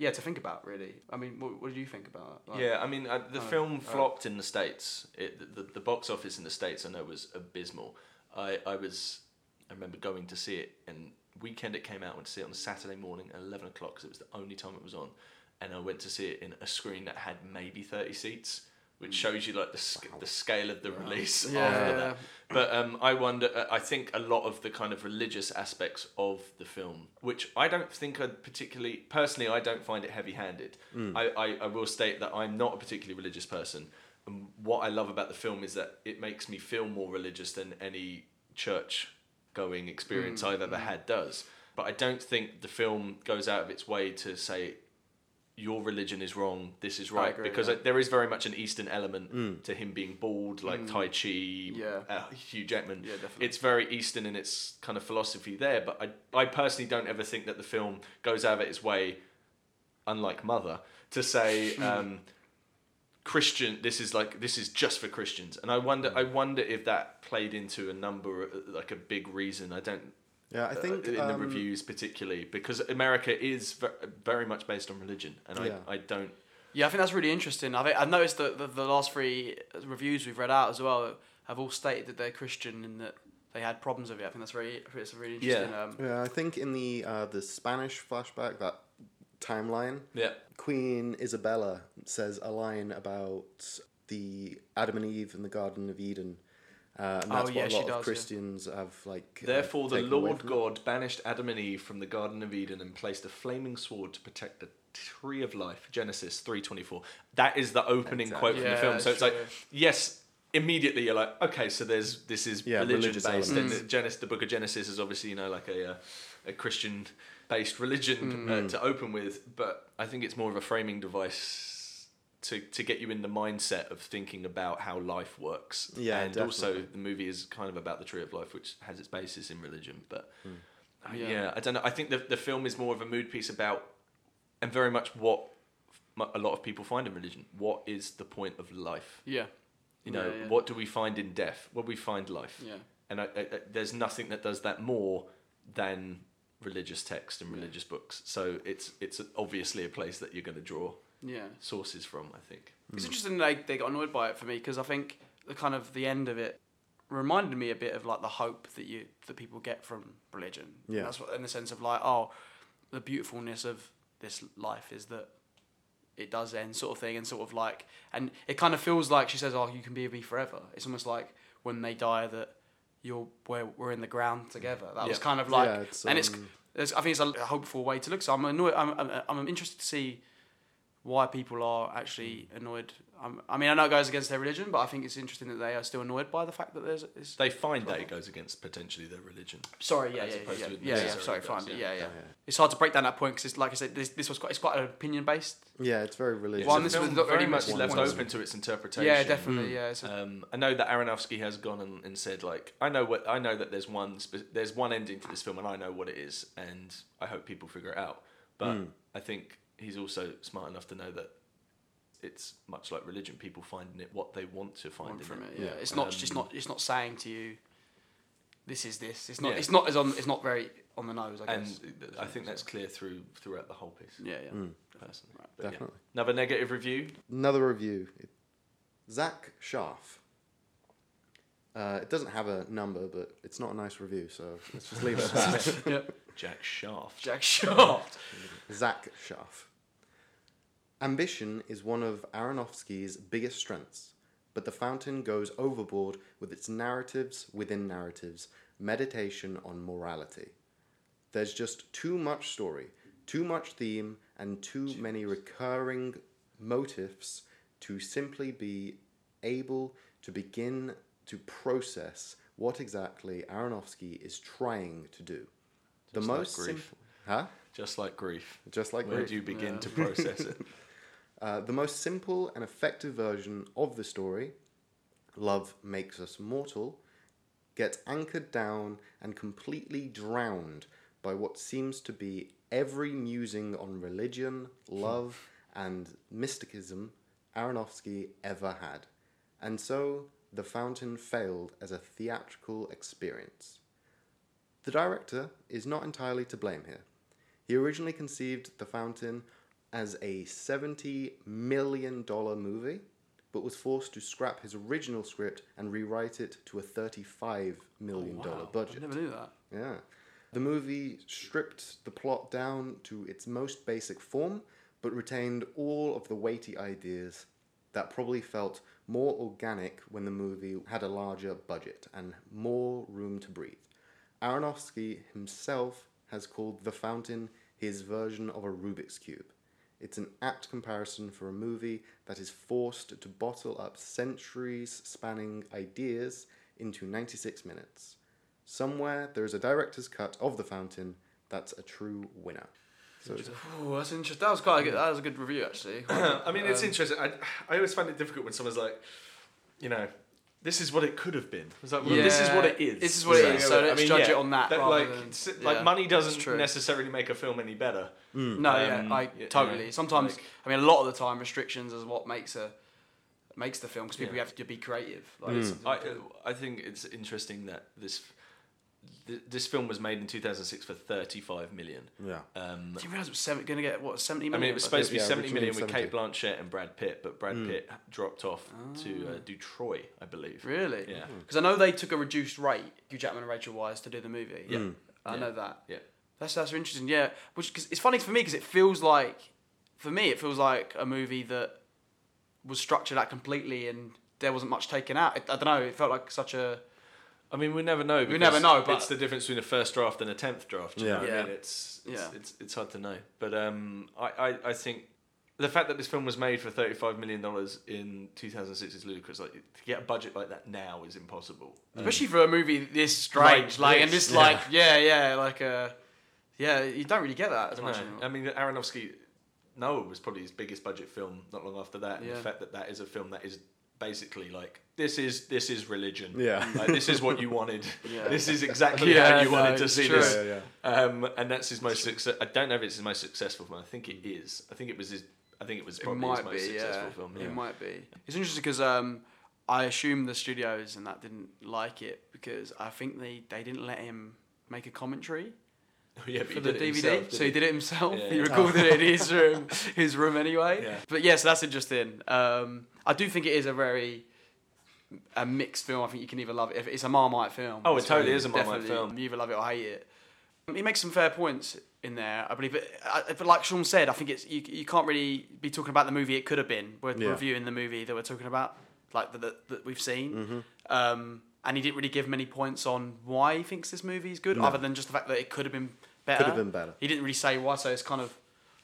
Speaker 5: yeah, to think about really. I mean, what, what do you think about that? Like-
Speaker 6: Yeah, I mean, uh, the
Speaker 5: Oh,
Speaker 6: film
Speaker 5: alright.
Speaker 6: flopped in the states. It, the, the the box office in the states, I know, was abysmal. I I was, I remember going to see it, and weekend it came out. I went to see it on a Saturday morning at eleven o'clock because it was the only time it was on, and I went to see it in a screen that had maybe thirty seats, which shows you like the sc- the scale of the release.
Speaker 5: Hmm. Yeah.
Speaker 6: After that. But um, I wonder. uh, I think a lot of the kind of religious aspects of the film, which I don't think are particularly personally, I don't find it heavy-handed.
Speaker 5: Hmm.
Speaker 6: I, I, I will state that I'm not a particularly religious person, and what I love about the film is that it makes me feel more religious than any church-going experience
Speaker 5: Hmm.
Speaker 6: I've ever had does. But I don't think the film goes out of its way to say your religion is wrong, this is right,
Speaker 5: agree,
Speaker 6: because
Speaker 5: yeah.
Speaker 6: uh, there is very much an Eastern element
Speaker 4: Mm.
Speaker 6: to him being bald, like Tai Chi,
Speaker 5: Mm. Yeah.
Speaker 6: uh, Hugh Jackman.
Speaker 5: Yeah, definitely.
Speaker 6: It's very Eastern in its kind of philosophy there, but I, I personally don't ever think that the film goes out of its way, unlike Mother, to say
Speaker 5: Hmm.
Speaker 6: um, Christian. This is like this is just for Christians, and I wonder,
Speaker 5: Hmm.
Speaker 6: I wonder if that played into a number, uh, like a big reason. I don't
Speaker 4: Yeah, I
Speaker 6: uh,
Speaker 4: think
Speaker 6: in the
Speaker 4: um,
Speaker 6: reviews particularly because America is ver- very much based on religion, and
Speaker 4: Yeah.
Speaker 6: I, I don't.
Speaker 5: Yeah, I think that's really interesting. I think I've noticed that the, the last three reviews we've read out as well have all stated that they're Christian and that they had problems with it. I think that's very, it's a really interesting.
Speaker 6: Yeah.
Speaker 5: Um,
Speaker 4: Yeah, I think in the uh, the Spanish flashback that timeline
Speaker 6: Yeah,
Speaker 4: Queen Isabella says a line about the Adam and Eve in the Garden of Eden. Uh, and
Speaker 5: Oh,
Speaker 4: that's
Speaker 5: yeah,
Speaker 4: what a
Speaker 5: she
Speaker 4: lot
Speaker 5: does, yeah.
Speaker 4: of Christians have like. uh,
Speaker 6: Therefore, the
Speaker 4: taken away
Speaker 6: Lord
Speaker 4: from it.
Speaker 6: God banished Adam and Eve from the Garden of Eden and placed a flaming sword to protect the tree of life. Genesis three twenty four. That is the opening
Speaker 4: Exactly.
Speaker 6: quote from the
Speaker 5: Yeah,
Speaker 6: film. So it's like,
Speaker 5: sure.
Speaker 6: yes, immediately you're like, okay, so there's this is
Speaker 4: Yeah,
Speaker 6: religion
Speaker 4: religious
Speaker 6: based, and
Speaker 4: elements.
Speaker 6: the, Genesis, the Book of Genesis is obviously you know like a uh, a Christian based religion
Speaker 4: Mm.
Speaker 6: uh, to open with, but I think it's more of a framing device. To, to get you in the mindset of thinking about how life works
Speaker 4: Yeah,
Speaker 6: and also
Speaker 4: definitely.
Speaker 6: the movie is kind of about the tree of life, which has its basis in religion. But
Speaker 4: Hmm.
Speaker 6: uh,
Speaker 5: Yeah.
Speaker 6: yeah. I don't know. I think the the film is more of a mood piece about, and very much what m- a lot of people find in religion. What is the point of life?
Speaker 5: yeah.
Speaker 6: You know,
Speaker 5: Yeah, yeah.
Speaker 6: what do we find in death? What do we find life?
Speaker 5: Yeah.
Speaker 6: And I, I, I- there's nothing that does that more than religious text and religious books. So it's it's obviously a place that you're going to draw
Speaker 5: Yeah.
Speaker 6: sources from. I think.
Speaker 5: It's interesting they they got annoyed by it for me because I think the kind of the end of it reminded me a bit of like the hope that you that people get from religion.
Speaker 4: Yeah.
Speaker 5: That's what in the sense of like oh, the beautifulness of this life is that it does end sort of thing and sort of like and it kind of feels like she says oh you can be with me forever. It's almost like when they die that you're we're, we're in the ground together. That was
Speaker 6: Yeah.
Speaker 5: kind of like
Speaker 4: Yeah, it's,
Speaker 5: and it's,
Speaker 4: um,
Speaker 5: it's I think it's a hopeful way to look. So I'm annoyed. I'm I'm, I'm interested to see why people are actually
Speaker 6: Mm.
Speaker 5: annoyed. Um, I mean, I know it goes against their religion, but I think it's interesting that they are still annoyed by the fact that there's. It's,
Speaker 6: They find that it goes against potentially their religion.
Speaker 5: sorry, yeah,
Speaker 6: As
Speaker 5: yeah, yeah,
Speaker 6: opposed
Speaker 5: yeah,
Speaker 6: to
Speaker 5: yeah, yeah,
Speaker 6: necessarily
Speaker 5: Sorry, fine,
Speaker 6: does, yeah.
Speaker 5: yeah. Yeah,
Speaker 4: Yeah, yeah.
Speaker 5: It's hard to break down that point because, like I said, this this was quite it's quite an opinion based.
Speaker 4: Yeah, it's very religious.
Speaker 5: Well,
Speaker 6: It's a
Speaker 5: this
Speaker 6: film
Speaker 5: was not
Speaker 6: very
Speaker 5: really
Speaker 6: much
Speaker 5: much
Speaker 6: left
Speaker 5: points.
Speaker 6: open to its interpretation.
Speaker 5: Yeah, definitely. Yeah, it's a-
Speaker 6: Um, I know that Aronofsky has gone and, and said like, I know what I know that there's one spe- there's one ending to this film, and I know what it is, and I hope people figure it out. But
Speaker 5: Hmm.
Speaker 6: I think he's also smart enough to know that it's much like religion, people finding it what they want to find
Speaker 5: one
Speaker 6: in
Speaker 5: from
Speaker 6: it. um,
Speaker 5: it. Yeah, it's not it's not it's not saying to you, this is this. It's not
Speaker 6: Yeah.
Speaker 5: it's not as on it's not very on the nose. I
Speaker 6: And
Speaker 5: guess.
Speaker 6: I think that's clear through throughout the whole piece.
Speaker 5: yeah, yeah.
Speaker 6: Personally, But yeah.
Speaker 4: Definitely.
Speaker 6: Another negative review.
Speaker 4: Another review. Zach Scharf. Uh, it doesn't have a number, but it's not a nice review, so let's just leave it at that.
Speaker 6: Jack Shaft.
Speaker 5: Jack Shaft.
Speaker 4: Zach Scharf. Ambition is one of Aronofsky's biggest strengths, but The Fountain goes overboard with its narratives within narratives, meditation on morality. There's just too much story, too much theme, and too many recurring motifs to simply be able to begin to process what exactly Aronofsky is trying to do. the
Speaker 6: like
Speaker 4: most
Speaker 6: grief.
Speaker 4: simple, huh?
Speaker 6: Just like grief.
Speaker 4: Just like
Speaker 6: Where
Speaker 4: grief.
Speaker 6: do you begin to process it?
Speaker 4: Uh, the most simple and effective version of the story, Love Makes Us Mortal, gets anchored down and completely drowned by what seems to be every musing on religion, love, and mysticism Aronofsky ever had. And so, The Fountain failed as a theatrical experience. The director is not entirely to blame here. He originally conceived The Fountain as a $70 million movie, but was forced to scrap his original script and rewrite it to a $35 million budget.
Speaker 5: I never knew that.
Speaker 4: Yeah. The movie stripped the plot down to its most basic form, but retained all of the weighty ideas that probably felt more organic when the movie had a larger budget and more room to breathe. Aronofsky himself has called The Fountain his version of a Rubik's Cube. It's an apt comparison for a movie that is forced to bottle up centuries spanning ideas into 96 minutes. Somewhere there is a director's cut of The Fountain that's a true winner. So
Speaker 5: Oh, that's interesting. That was quite a good, that was a good review actually.
Speaker 6: Um, I mean, it's interesting. I, I always find it difficult when someone's like, you know, this is what it could have been. It's like, well, this is what it
Speaker 5: Yeah,
Speaker 6: is.
Speaker 5: this is what it is, so let's judge it on that rather
Speaker 6: like,
Speaker 5: than-
Speaker 6: s- like
Speaker 5: yeah,
Speaker 6: money
Speaker 5: that's
Speaker 6: doesn't
Speaker 5: true.
Speaker 6: necessarily make a film any better.
Speaker 5: No,
Speaker 6: Um,
Speaker 5: yeah, I
Speaker 6: yeah,
Speaker 5: totally.
Speaker 6: yeah,
Speaker 5: Sometimes,
Speaker 6: like-
Speaker 5: I mean, a lot of the time, restrictions is what makes a makes the film because people
Speaker 6: Yeah. Hmm.
Speaker 5: have to be creative. Like, uh, it's-
Speaker 6: I, I think it's interesting that this th- this film was made in 2006 for 35 million.
Speaker 4: yeah,
Speaker 6: Um,
Speaker 5: do you realize it was going to get what seventy
Speaker 6: I
Speaker 5: million?
Speaker 6: mean, it was supposed to be
Speaker 4: Yeah,
Speaker 6: 70 million with
Speaker 4: originally
Speaker 6: Kate Blanchett and Brad Pitt, but Brad
Speaker 5: Hmm.
Speaker 6: Pitt dropped off to
Speaker 5: Ah.
Speaker 6: uh, do Troy, I believe.
Speaker 5: really,
Speaker 6: Yeah.
Speaker 5: Because I know they took a reduced rate, Hugh Jackman and Rachel Wise, to do the movie. Yeah, I
Speaker 6: Yeah.
Speaker 5: know that.
Speaker 6: Yeah.
Speaker 5: That's that's interesting. Yeah, which cause it's funny for me because it feels like, for me, it feels like a movie that was structured out completely and there wasn't much taken out. It, I don't know. It felt like such a
Speaker 6: I mean, we never know. because
Speaker 5: never know, but-
Speaker 6: it's the difference between a first draft and a tenth draft. You
Speaker 4: Yeah.
Speaker 6: know what I
Speaker 5: Yeah.
Speaker 6: mean? It's it's,
Speaker 5: Yeah.
Speaker 6: it's it's hard to know. But um, I, I I think the fact that this film was made for thirty five million dollars in two thousand six is ludicrous. Like to get a budget like that now is impossible.
Speaker 5: especially for a movie this strange, Mm. like,
Speaker 6: Like
Speaker 5: and
Speaker 6: this,
Speaker 5: this, like, yeah, yeah, like, uh, yeah, you don't really get that as much.
Speaker 6: No,
Speaker 5: anymore.
Speaker 6: I mean, Aronofsky, Noah was probably his biggest budget film. Not long after that, and
Speaker 5: Yeah.
Speaker 6: the fact that that is a film that is basically like this is this is religion.
Speaker 4: Yeah.
Speaker 6: like, this is what you wanted.
Speaker 5: Yeah.
Speaker 6: This is exactly
Speaker 5: Yeah,
Speaker 6: how you
Speaker 5: no,
Speaker 6: wanted to
Speaker 5: it's
Speaker 6: see
Speaker 5: true.
Speaker 6: this.
Speaker 5: Yeah,
Speaker 6: Um, and that's his most success. I don't know if it's his most successful film. I think it is. I think it was his. I think it was
Speaker 5: it
Speaker 6: probably his
Speaker 5: might
Speaker 6: most
Speaker 5: be,
Speaker 6: successful
Speaker 5: yeah.
Speaker 6: film.
Speaker 5: It might be. It's interesting because um, I assume the studios and that didn't like it because I think they, they didn't let him make a commentary
Speaker 6: yeah, but
Speaker 5: for
Speaker 6: he
Speaker 5: the
Speaker 6: did
Speaker 5: DVD.
Speaker 6: it himself, didn't
Speaker 5: so he did it himself.
Speaker 6: Yeah,
Speaker 5: he
Speaker 6: yeah.
Speaker 5: recorded it in his room, his room anyway.
Speaker 6: Yeah.
Speaker 5: But yes, that's interesting. Um, I do think it is a very a mixed film. I think you can either love it. If it's a Marmite film.
Speaker 6: Oh, it
Speaker 5: so
Speaker 6: totally is a Marmite
Speaker 5: definitely
Speaker 6: film.
Speaker 5: You either love it or hate it. Um, He makes some fair points in there, I believe. But, I- but like Sean said, I think it's you, you can't really be talking about the movie it could have been. We're
Speaker 4: Yeah.
Speaker 5: reviewing the movie that we're talking about, like that that- that we've seen.
Speaker 6: Mm-hmm.
Speaker 5: Um, and he didn't really give many points on why he thinks this movie is good, other than just the fact that it could have been better.
Speaker 4: Could have been better.
Speaker 5: He didn't really say why, so it's kind of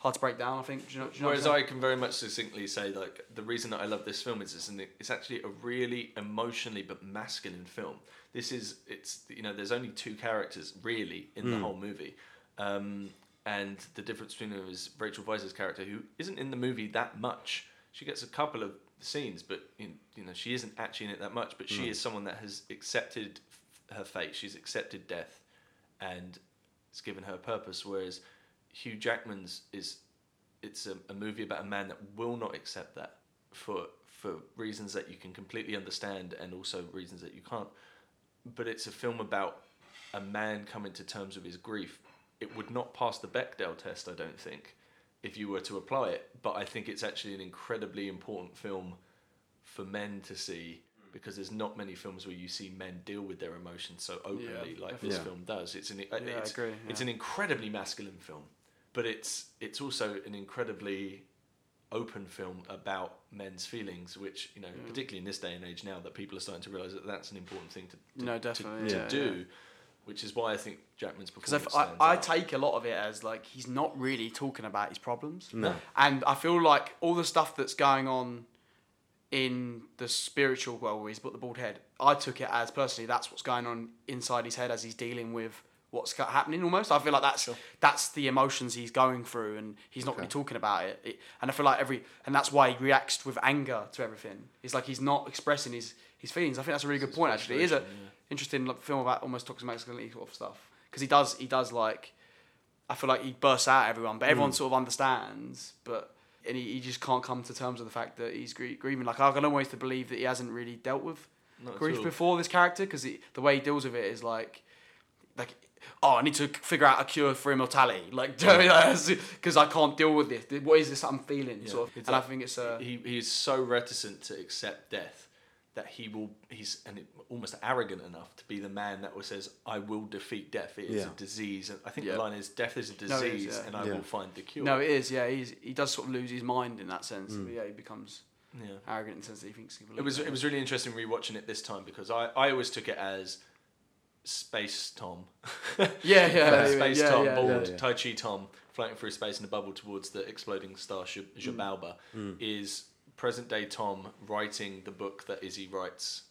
Speaker 5: hard to break down. I think. Do you know, do you know
Speaker 6: Whereas
Speaker 5: what I'm
Speaker 6: I can very much succinctly say, like, the reason that I love this film is it's, an, it's actually a really emotionally but masculine film. This is, it's, you know, there's only two characters really in the whole movie. Um, and the difference between them is Rachel Weisz's character, who isn't in the movie that much. She gets a couple of scenes, but, you you know, she isn't actually in it that much. But she is someone that has accepted f- her fate, she's accepted death, and it's given her purpose. Whereas Hugh Jackman's is it's a, a movie about a man that will not accept that for for reasons that you can completely understand and also reasons that you can't. But it's a film about a man coming to terms with his grief. It would not pass the Bechdel test, I don't think, if you were to apply it. But I think it's actually an incredibly important film for men to see because there's not many films where you see men deal with their emotions so openly like this
Speaker 4: Yeah.
Speaker 6: film does. It's an uh,
Speaker 5: I
Speaker 6: it's,
Speaker 5: agree,
Speaker 6: it's
Speaker 5: yeah.
Speaker 6: an incredibly masculine film, but it's it's also an incredibly open film about men's feelings, which you know,
Speaker 5: Mm.
Speaker 6: particularly in this day and age now, that people are starting to realize that that's an important thing to, to
Speaker 5: No,
Speaker 6: to-
Speaker 5: definitely,
Speaker 6: to,
Speaker 5: yeah,
Speaker 6: do,
Speaker 5: yeah.
Speaker 6: which is why I think Jackman's
Speaker 5: Because
Speaker 6: performance.
Speaker 5: I, I,
Speaker 6: stands
Speaker 5: I
Speaker 6: out.
Speaker 5: take a lot of it as like he's not really talking about his problems.
Speaker 4: No.
Speaker 5: And I feel like all the stuff that's going on in the spiritual world where he's got the bald head, I took it as personally that's what's going on inside his head as he's dealing with what's ca- happening almost. I feel like that's that's the emotions he's going through and he's not really talking about it. it. And I feel like every and that's why he reacts with anger to everything. It's like he's not expressing his his feelings. I think that's a really good point actually. It is a interesting like, film about almost toxic masculinity sort of stuff because he does he does like I feel like he bursts out at everyone, but
Speaker 6: Mm.
Speaker 5: everyone sort of understands, but and he, he just can't come to terms with the fact that he's gr- grieving. Like I can always to believe that he hasn't really dealt with
Speaker 6: Not at
Speaker 5: grief
Speaker 6: all.
Speaker 5: before this character because the way he deals with it is like like oh I need to figure out a cure for immortality like because I can't deal with this. What is this I'm feeling?
Speaker 6: Yeah.
Speaker 5: Sort of,
Speaker 6: It's
Speaker 5: and I
Speaker 6: like-
Speaker 5: think it's a
Speaker 6: he, he is so reticent to accept death that he will he's and it, almost arrogant enough to be the man that will says I will defeat death. It is
Speaker 4: Yeah.
Speaker 6: a disease, and I think
Speaker 5: Yeah.
Speaker 6: the line is death is a
Speaker 5: No, it is,
Speaker 6: disease,
Speaker 5: yeah.
Speaker 6: and I
Speaker 4: Yeah.
Speaker 6: will find the cure.
Speaker 5: no, it is yeah. He's, he does sort of lose his mind in that sense. Yeah, he becomes
Speaker 6: yeah.
Speaker 5: arrogant in the sense that he thinks he. can
Speaker 6: Mm. It was
Speaker 5: believe
Speaker 6: it was really interesting rewatching it this time because I, I always took it as space Tom.
Speaker 5: Yeah, yeah,
Speaker 6: space
Speaker 5: yeah,
Speaker 6: Tom,
Speaker 5: yeah,
Speaker 6: bald
Speaker 4: yeah, yeah.
Speaker 6: Tai Chi Tom, floating through space in a bubble towards the exploding star
Speaker 5: Mm.
Speaker 6: Zh- Zhabalba, is present day Tom writing the book that Izzy writes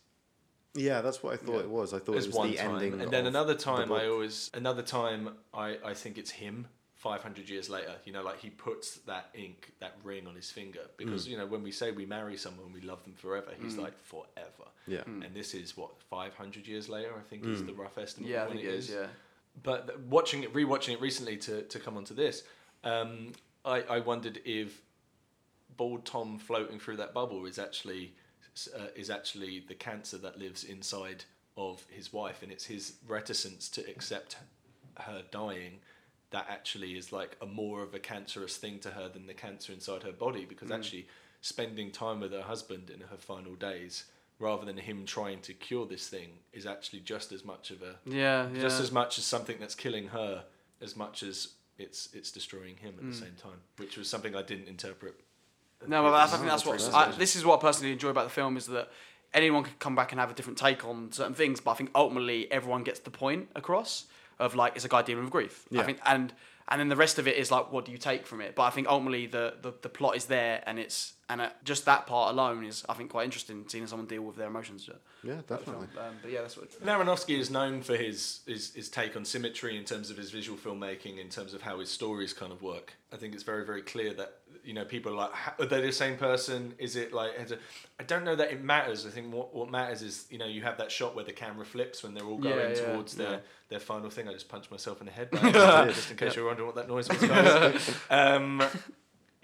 Speaker 4: Yeah, that's what I thought
Speaker 6: Yeah.
Speaker 4: it was. I thought
Speaker 6: as
Speaker 4: it was
Speaker 6: one
Speaker 4: the
Speaker 6: time.
Speaker 4: ending.
Speaker 6: and then
Speaker 4: of
Speaker 6: another
Speaker 4: the
Speaker 6: time
Speaker 4: book.
Speaker 6: I always another time I, I think it's him 500 years later you know like he puts that ink that ring on his finger
Speaker 4: Mm.
Speaker 6: because you know when we say we marry someone we love them forever
Speaker 5: Mm.
Speaker 6: he's like forever
Speaker 4: Yeah. Mm.
Speaker 6: and this is what 500 years later I think is the rough estimate
Speaker 5: yeah,
Speaker 6: of
Speaker 5: I
Speaker 6: when
Speaker 5: think it is. Yeah.
Speaker 6: but th- watching it, rewatching it recently to, to come onto this, um, I, I wondered if bald Tom floating through that bubble is actually s- uh, is actually the cancer that lives inside of his wife, and it's his reticence to accept her dying that actually is like a more of a cancerous thing to her than the cancer inside her body, because actually spending time with her husband in her final days. Rather than him trying to cure this thing, is actually just as much of a
Speaker 5: Yeah, yeah.
Speaker 6: just as much as something that's killing her as much as it's it's destroying him
Speaker 5: Mm.
Speaker 6: at the same time which was something i didn't interpret
Speaker 5: No, but that's, I think that's what
Speaker 4: Interesting.
Speaker 5: I, this is what I personally enjoy about the film is that anyone could come back and have a different take on certain things, but I think ultimately everyone gets the point across of like it's a guy dealing with grief. I
Speaker 4: Yeah.
Speaker 5: think and and then the rest of it is like what do you take from it? But I think ultimately the the, the plot is there and it's and uh, just that part alone is I think quite interesting seeing someone deal with their emotions. uh,
Speaker 4: Yeah,
Speaker 5: about the film.
Speaker 4: definitely.
Speaker 5: Um, but yeah, that's what.
Speaker 6: Aronofsky is known for his, his his take on symmetry in terms of his visual filmmaking, in terms of how his stories kind of work. I think it's very very clear that you know people are like "Ha- are they the same person? Is it like has a- I don't know that it matters. I think what, what matters is you know you have that shot where the camera flips when they're all
Speaker 5: Yeah,
Speaker 6: going
Speaker 5: yeah,
Speaker 6: towards
Speaker 5: yeah.
Speaker 6: their their final thing. I just punched myself in the head, by accident, just in case you were wondering what that noise was. guys. um,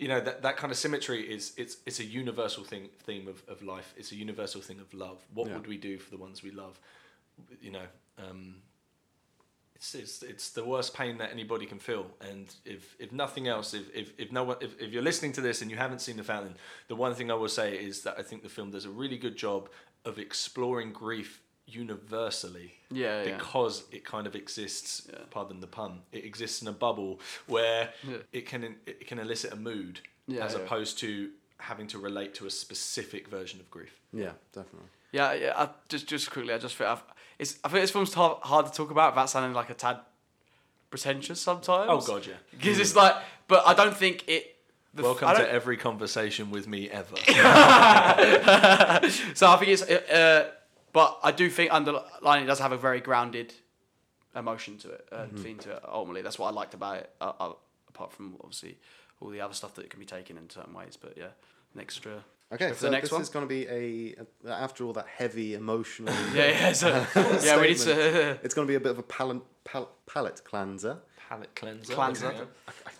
Speaker 6: you know that, that kind of symmetry is it's it's a universal thing theme of, of life it's a universal thing of love what
Speaker 4: Yeah.
Speaker 6: would we do for the ones we love you know um, it's, it's it's the worst pain that anybody can feel and if if nothing else if if, if no one if, if you're listening to this and you haven't seen the fountain the one thing i will say is that i think the film does a really good job of exploring grief universally
Speaker 5: Yeah, yeah.
Speaker 6: because it kind of exists
Speaker 5: Yeah.
Speaker 6: pardon the pun it exists in a bubble where
Speaker 5: Yeah.
Speaker 6: it can it can elicit a mood
Speaker 5: Yeah,
Speaker 6: as
Speaker 5: yeah.
Speaker 6: opposed to having to relate to a specific version of grief
Speaker 4: Yeah, definitely.
Speaker 5: Yeah, yeah. I, just just quickly, I just think I've, it's I think this film's hard, hard to talk about. That sounding like a tad pretentious sometimes.
Speaker 6: oh god yeah
Speaker 5: because it's like, but I don't think it. The, f-
Speaker 6: welcome
Speaker 5: I
Speaker 6: to
Speaker 5: don't-
Speaker 6: every conversation with me ever
Speaker 5: So I think it's, uh, but I do think underlying it does have a very grounded emotion to it, uh,
Speaker 6: Mm-hmm.
Speaker 5: theme to it. Ultimately, that's what I liked about it. Uh, uh, apart from obviously all the other stuff that can be taken in certain ways, but yeah, an extra.
Speaker 4: Okay,
Speaker 5: for
Speaker 4: so
Speaker 5: the next
Speaker 4: this
Speaker 5: one?
Speaker 4: is going to be a, a after all that heavy emotional.
Speaker 5: Yeah, yeah. So, yeah, we need to
Speaker 4: It's going to be a bit of a palin- pal- palate cleanser.
Speaker 6: palate cleanser
Speaker 5: cleanser,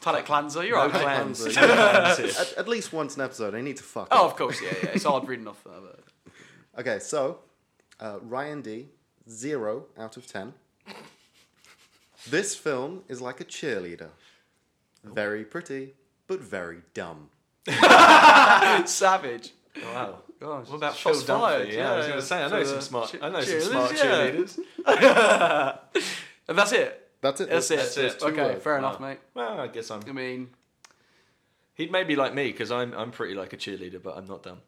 Speaker 5: palate cleanser. You're right.
Speaker 6: Cleanse.
Speaker 4: Cleanser,
Speaker 6: Cleanse.
Speaker 4: at, at least once an episode. I need to fuck.
Speaker 5: Oh,
Speaker 4: up.
Speaker 5: of course, yeah, yeah. It's hard reading off that. But...
Speaker 4: Okay, so uh, Ryan D, zero out of ten. this film is like a cheerleader. Very pretty, but very dumb.
Speaker 5: Savage.
Speaker 6: wow
Speaker 5: Gosh,
Speaker 6: what about Phil
Speaker 5: shots
Speaker 6: Dunphy?
Speaker 5: fired,
Speaker 6: Yeah, I was
Speaker 5: yeah.
Speaker 6: going to say, I know
Speaker 5: To
Speaker 6: some
Speaker 5: the
Speaker 6: smart,
Speaker 5: che-
Speaker 6: I know some
Speaker 5: cheerleaders,
Speaker 6: smart
Speaker 5: yeah.
Speaker 6: cheerleaders.
Speaker 5: And that's it.
Speaker 4: That's it.
Speaker 5: That's,
Speaker 6: That's
Speaker 5: it.
Speaker 6: it.
Speaker 4: two
Speaker 5: Okay,
Speaker 4: words.
Speaker 5: fair enough,
Speaker 6: Wow.
Speaker 5: mate.
Speaker 6: Well, I guess I'm.
Speaker 5: I mean,
Speaker 6: He'd maybe like me because I'm I'm pretty like a cheerleader, but I'm not dumb.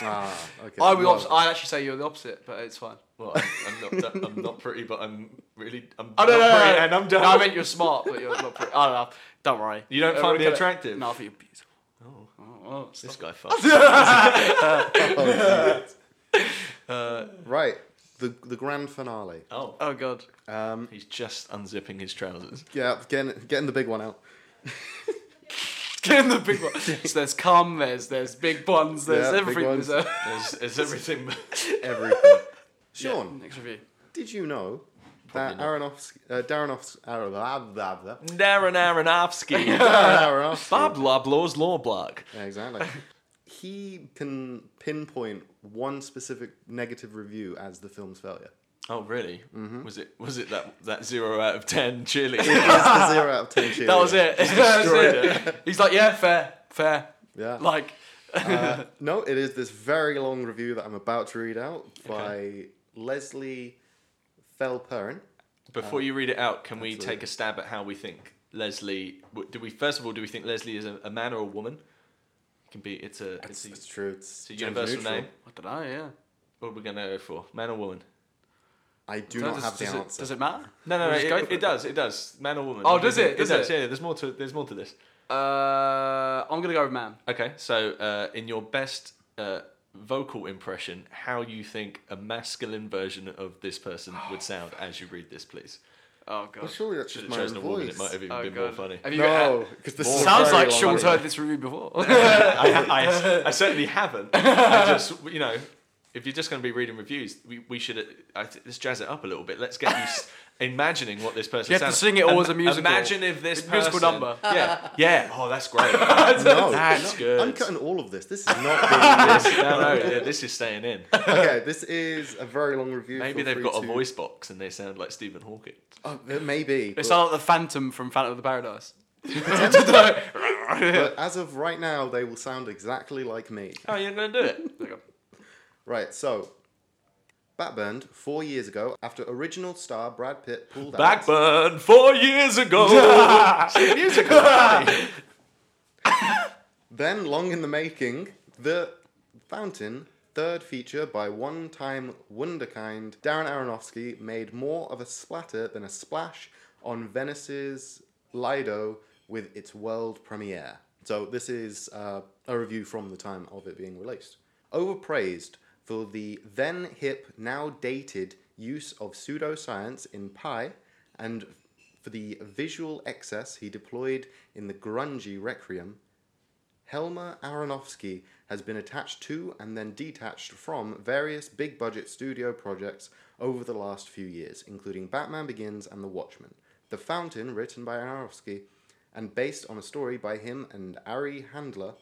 Speaker 4: Ah, okay.
Speaker 5: I would
Speaker 4: well,
Speaker 5: obs- I'd actually say you're the opposite, but it's fine.
Speaker 6: Well, I'm, I'm not dumb. I'm not pretty, but I'm really I'm
Speaker 5: Oh,
Speaker 6: not
Speaker 5: no, no, no,
Speaker 6: pretty,
Speaker 5: no.
Speaker 6: and I'm dumb.
Speaker 5: No, I meant you're smart, but you're not pretty. I don't know. Don't worry.
Speaker 6: You don't find me
Speaker 5: Everyone-
Speaker 6: attractive?
Speaker 5: No, I think you're beautiful.
Speaker 6: Oh.
Speaker 5: Oh, oh,
Speaker 6: This
Speaker 5: stop.
Speaker 6: guy fucks.
Speaker 4: Right, the the grand finale.
Speaker 6: Oh,
Speaker 5: oh God.
Speaker 4: Um,
Speaker 6: he's just unzipping his trousers.
Speaker 4: yeah, getting getting the big one out.
Speaker 5: Get in the big one. So there's cum, there's there's big buns, there's
Speaker 4: Yeah, big
Speaker 5: everything.
Speaker 4: ones.
Speaker 5: There's
Speaker 6: There's, there's everything.
Speaker 4: Everything.
Speaker 5: Yeah,
Speaker 4: Sean,
Speaker 5: Next review.
Speaker 4: Did you know that Aronofsky, uh, Darrenofsky, Ar- blah, blah, blah.
Speaker 6: Darren Aronofsky.
Speaker 4: Darren Aronofsky,
Speaker 6: Bob Loblaw's law block.
Speaker 4: Yeah, exactly. He can pinpoint one specific negative review as the film's failure.
Speaker 6: Oh really?
Speaker 5: Mm-hmm.
Speaker 6: Was it was it that that zero out of ten
Speaker 4: It
Speaker 6: cheerleader?
Speaker 4: is the zero out of ten. cheerleader.
Speaker 5: That was it. That's it. He's like, yeah, fair, fair.
Speaker 4: Yeah.
Speaker 5: Like,
Speaker 4: Uh, no, it is this very long review that I'm about to read out by Leslie Felperin.
Speaker 6: Before you read it out, can we
Speaker 4: absolutely.
Speaker 6: take a stab at how we think Leslie? w- Do we first of all do we think Leslie is a, a man or a woman? can be. It's a.
Speaker 4: It's,
Speaker 6: It's, a,
Speaker 4: it's true. It's,
Speaker 6: it's a
Speaker 4: gender
Speaker 6: universal
Speaker 4: neutral.
Speaker 6: name.
Speaker 5: I don't know. Yeah.
Speaker 6: What are we gonna go for? Man or woman?
Speaker 4: I do
Speaker 5: So
Speaker 4: not
Speaker 5: does-
Speaker 4: have the
Speaker 5: does
Speaker 4: answer.
Speaker 5: It, does it matter?
Speaker 6: No, no,
Speaker 5: We'll
Speaker 6: no. It,
Speaker 5: just go
Speaker 6: it,
Speaker 5: for it.
Speaker 6: does. It does. Man or woman?
Speaker 5: Oh,
Speaker 6: What do you
Speaker 5: does it?
Speaker 6: think?
Speaker 5: Does
Speaker 6: does.
Speaker 5: it?
Speaker 6: Yeah, there's more to. There's more to this.
Speaker 5: Uh, I'm gonna go with man.
Speaker 6: Okay, so uh, in your best uh, vocal impression, how you think a masculine version of this person would sound as you read this, please?
Speaker 5: Oh
Speaker 4: Well,
Speaker 5: god.
Speaker 4: surely that's
Speaker 6: Should
Speaker 4: just
Speaker 6: have
Speaker 4: my own
Speaker 6: chosen a woman. It
Speaker 4: voice.
Speaker 6: might have even
Speaker 5: Oh,
Speaker 6: been more
Speaker 5: God.
Speaker 6: funny.
Speaker 5: Have you uh,
Speaker 4: No, because this is a
Speaker 5: sounds
Speaker 4: very
Speaker 5: like
Speaker 4: long
Speaker 5: Sean's
Speaker 4: review.
Speaker 5: heard this review before.
Speaker 6: I, ha- I, s- I certainly haven't. I just, you know, if you're just going to be reading reviews, we, we should uh, I th- let's jazz it up a little bit. Let's get you s- imagining what this person
Speaker 5: You have to
Speaker 6: sounds.
Speaker 5: sing it all as a musical.
Speaker 6: Imagine if this
Speaker 5: A musical
Speaker 6: person,
Speaker 5: number.
Speaker 6: Yeah, yeah. Oh, that's great.
Speaker 4: No,
Speaker 6: That's
Speaker 4: no,
Speaker 6: good.
Speaker 4: I'm cutting all of this. This is not being
Speaker 6: no, no, yeah, this is staying in.
Speaker 4: okay, this is a very long review.
Speaker 6: Maybe
Speaker 4: Feel
Speaker 6: they've
Speaker 4: free
Speaker 6: got a
Speaker 4: to-
Speaker 6: voice box and they sound like Stephen Hawking.
Speaker 4: Oh, it may be.
Speaker 5: They
Speaker 4: but-
Speaker 5: sound like the Phantom from Phantom of the Paradise.
Speaker 4: but as of right now, they will sound exactly like me.
Speaker 6: Oh, you're going to do it?
Speaker 5: There you go.
Speaker 4: Right, so. Batburned four years ago after original star Brad Pitt pulled out.
Speaker 6: Backburn four years ago. Six years ago.
Speaker 4: Then, long in the making, The Fountain, third feature by one time wonderkind Darren Aronofsky, made more of a splatter than a splash on Venice's Lido with its world premiere. So, this is uh, a review from the time of it being released. Overpraised for the then hip, now dated use of pseudoscience in Pi and for the visual excess he deployed in the grungy Requiem, Helmer Aronofsky has been attached to and then detached from various big budget studio projects over the last few years, including Batman Begins and The Watchmen. The Fountain, written by Aronofsky and based on a story by him and Ari Handler,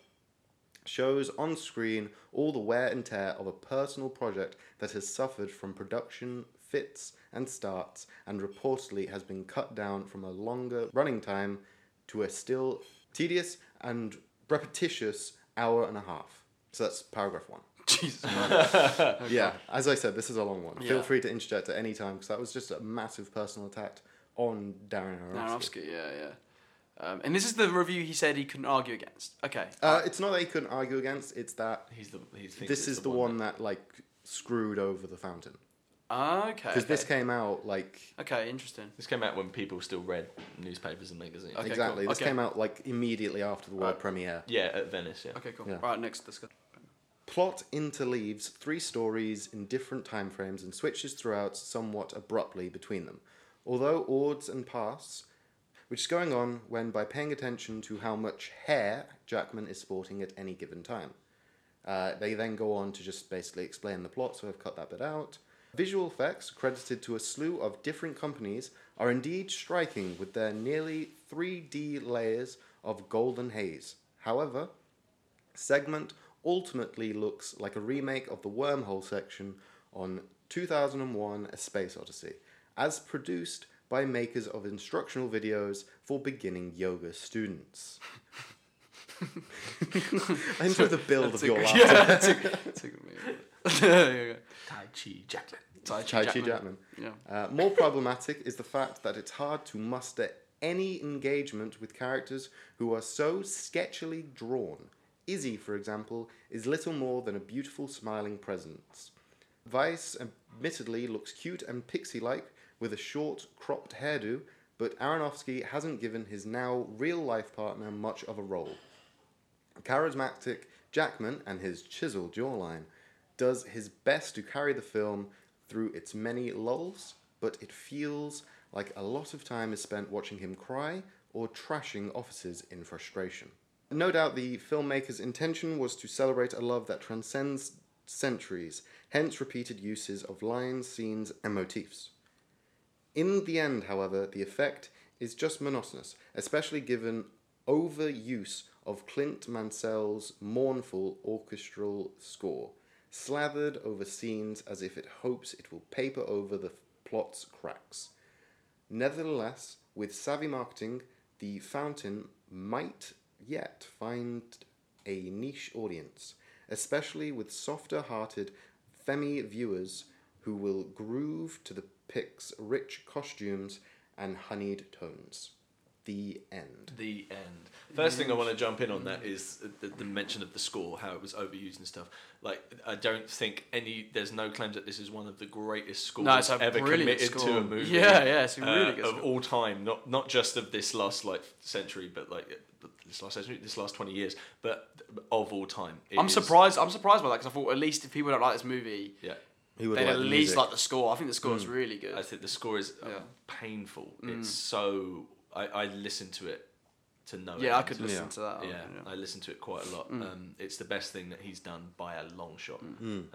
Speaker 4: shows on screen all the wear and tear of a personal project that has suffered from production fits and starts and reportedly has been cut down from a longer running time to a still tedious and repetitious hour and a half. So that's paragraph one.
Speaker 5: Jesus.
Speaker 4: Yeah, as I said, this is a long one.
Speaker 5: Yeah.
Speaker 4: Feel free to interject at any time because that was just a massive personal attack on Darren Aronofsky.
Speaker 5: Aronofsky, yeah, yeah. Um, and this is the review he said he couldn't argue against. Okay.
Speaker 4: Uh, it's not that he couldn't argue against; it's that
Speaker 6: He's the. He thinks
Speaker 4: this
Speaker 6: it's
Speaker 4: is the one that like screwed over the fountain
Speaker 5: okay.
Speaker 4: because this
Speaker 5: okay.
Speaker 4: came out like
Speaker 5: Okay, interesting.
Speaker 6: This came out when people still read newspapers and magazines.
Speaker 5: Okay,
Speaker 4: exactly
Speaker 5: cool.
Speaker 4: this
Speaker 5: Okay.
Speaker 4: came out like immediately after the world premiere.
Speaker 6: Yeah, at Venice. Yeah.
Speaker 5: Okay, cool.
Speaker 4: Yeah.
Speaker 5: All right, next discussion.
Speaker 4: Plot interleaves three stories in different time frames and switches throughout somewhat abruptly between them. Although odds and pasts, which is going on when by paying attention to how much hair Jackman is sporting at any given time. Uh, they then go on to just basically explain the plot, so I've cut that bit out. Visual effects, credited to a slew of different companies, are indeed striking with their nearly 3D layers of golden haze. However, segment ultimately looks like a remake of the wormhole section on 2001 A Space Odyssey, as produced by makers of instructional videos for beginning yoga students. I know the build of your
Speaker 5: Took-
Speaker 4: laugh.
Speaker 5: yeah, that took- took me a minute. Yeah, yeah, yeah.
Speaker 6: Tai Chi Jackman.
Speaker 5: Tai
Speaker 4: Tai Chi Jackman.
Speaker 5: Yeah.
Speaker 4: Uh, more problematic is the fact that it's hard to muster any engagement with characters who are so sketchily drawn. Izzy, for example, is little more than a beautiful smiling presence. Vice admittedly looks cute and pixie like with a short, cropped hairdo, but Aronofsky hasn't given his now real life partner much of a role. Charismatic Jackman and his chiseled jawline does his best to carry the film through its many lulls, but it feels like a lot of time is spent watching him cry or trashing officers in frustration. No doubt the filmmaker's intention was to celebrate a love that transcends centuries, hence repeated uses of lines, scenes, and motifs. In the end, however, the effect is just monotonous, especially given overuse of Clint Mansell's mournful orchestral score, slathered over scenes as if it hopes it will paper over the f- plot's cracks. Nevertheless, with savvy marketing, The Fountain might yet find a niche audience, especially with softer hearted Femi viewers who will groove to the pic's rich costumes and honeyed tones. The end.
Speaker 6: The end. First thing I want to jump in on that is the, the mention of the score, how it was overused and stuff. Like, I don't think any. There's no claims that this is one of the greatest scores
Speaker 5: No, it's a
Speaker 6: ever
Speaker 5: brilliant
Speaker 6: committed to
Speaker 5: score.
Speaker 6: a movie. Uh,
Speaker 5: Yeah, yeah, it's a really good
Speaker 6: of
Speaker 5: score.
Speaker 6: all time. Not not just of this last like century, but like this last century, this last twenty years, but of all time. It
Speaker 5: I'm
Speaker 6: is-
Speaker 5: surprised. I'm surprised by that because I thought at least if people don't like this movie,
Speaker 6: Yeah.
Speaker 4: Who
Speaker 5: they'd at least like the score. I think the
Speaker 6: Hmm.
Speaker 5: score is really good.
Speaker 6: I think the score is uh,
Speaker 5: Yeah. Mm.
Speaker 6: painful. It's so I, I listened to it to know.
Speaker 5: yeah, I
Speaker 6: it.
Speaker 5: could listen
Speaker 4: Yeah.
Speaker 5: to that.
Speaker 6: Yeah,
Speaker 5: album,
Speaker 6: I listened to it quite a lot. Um, it's the best thing that he's done by a long shot, um,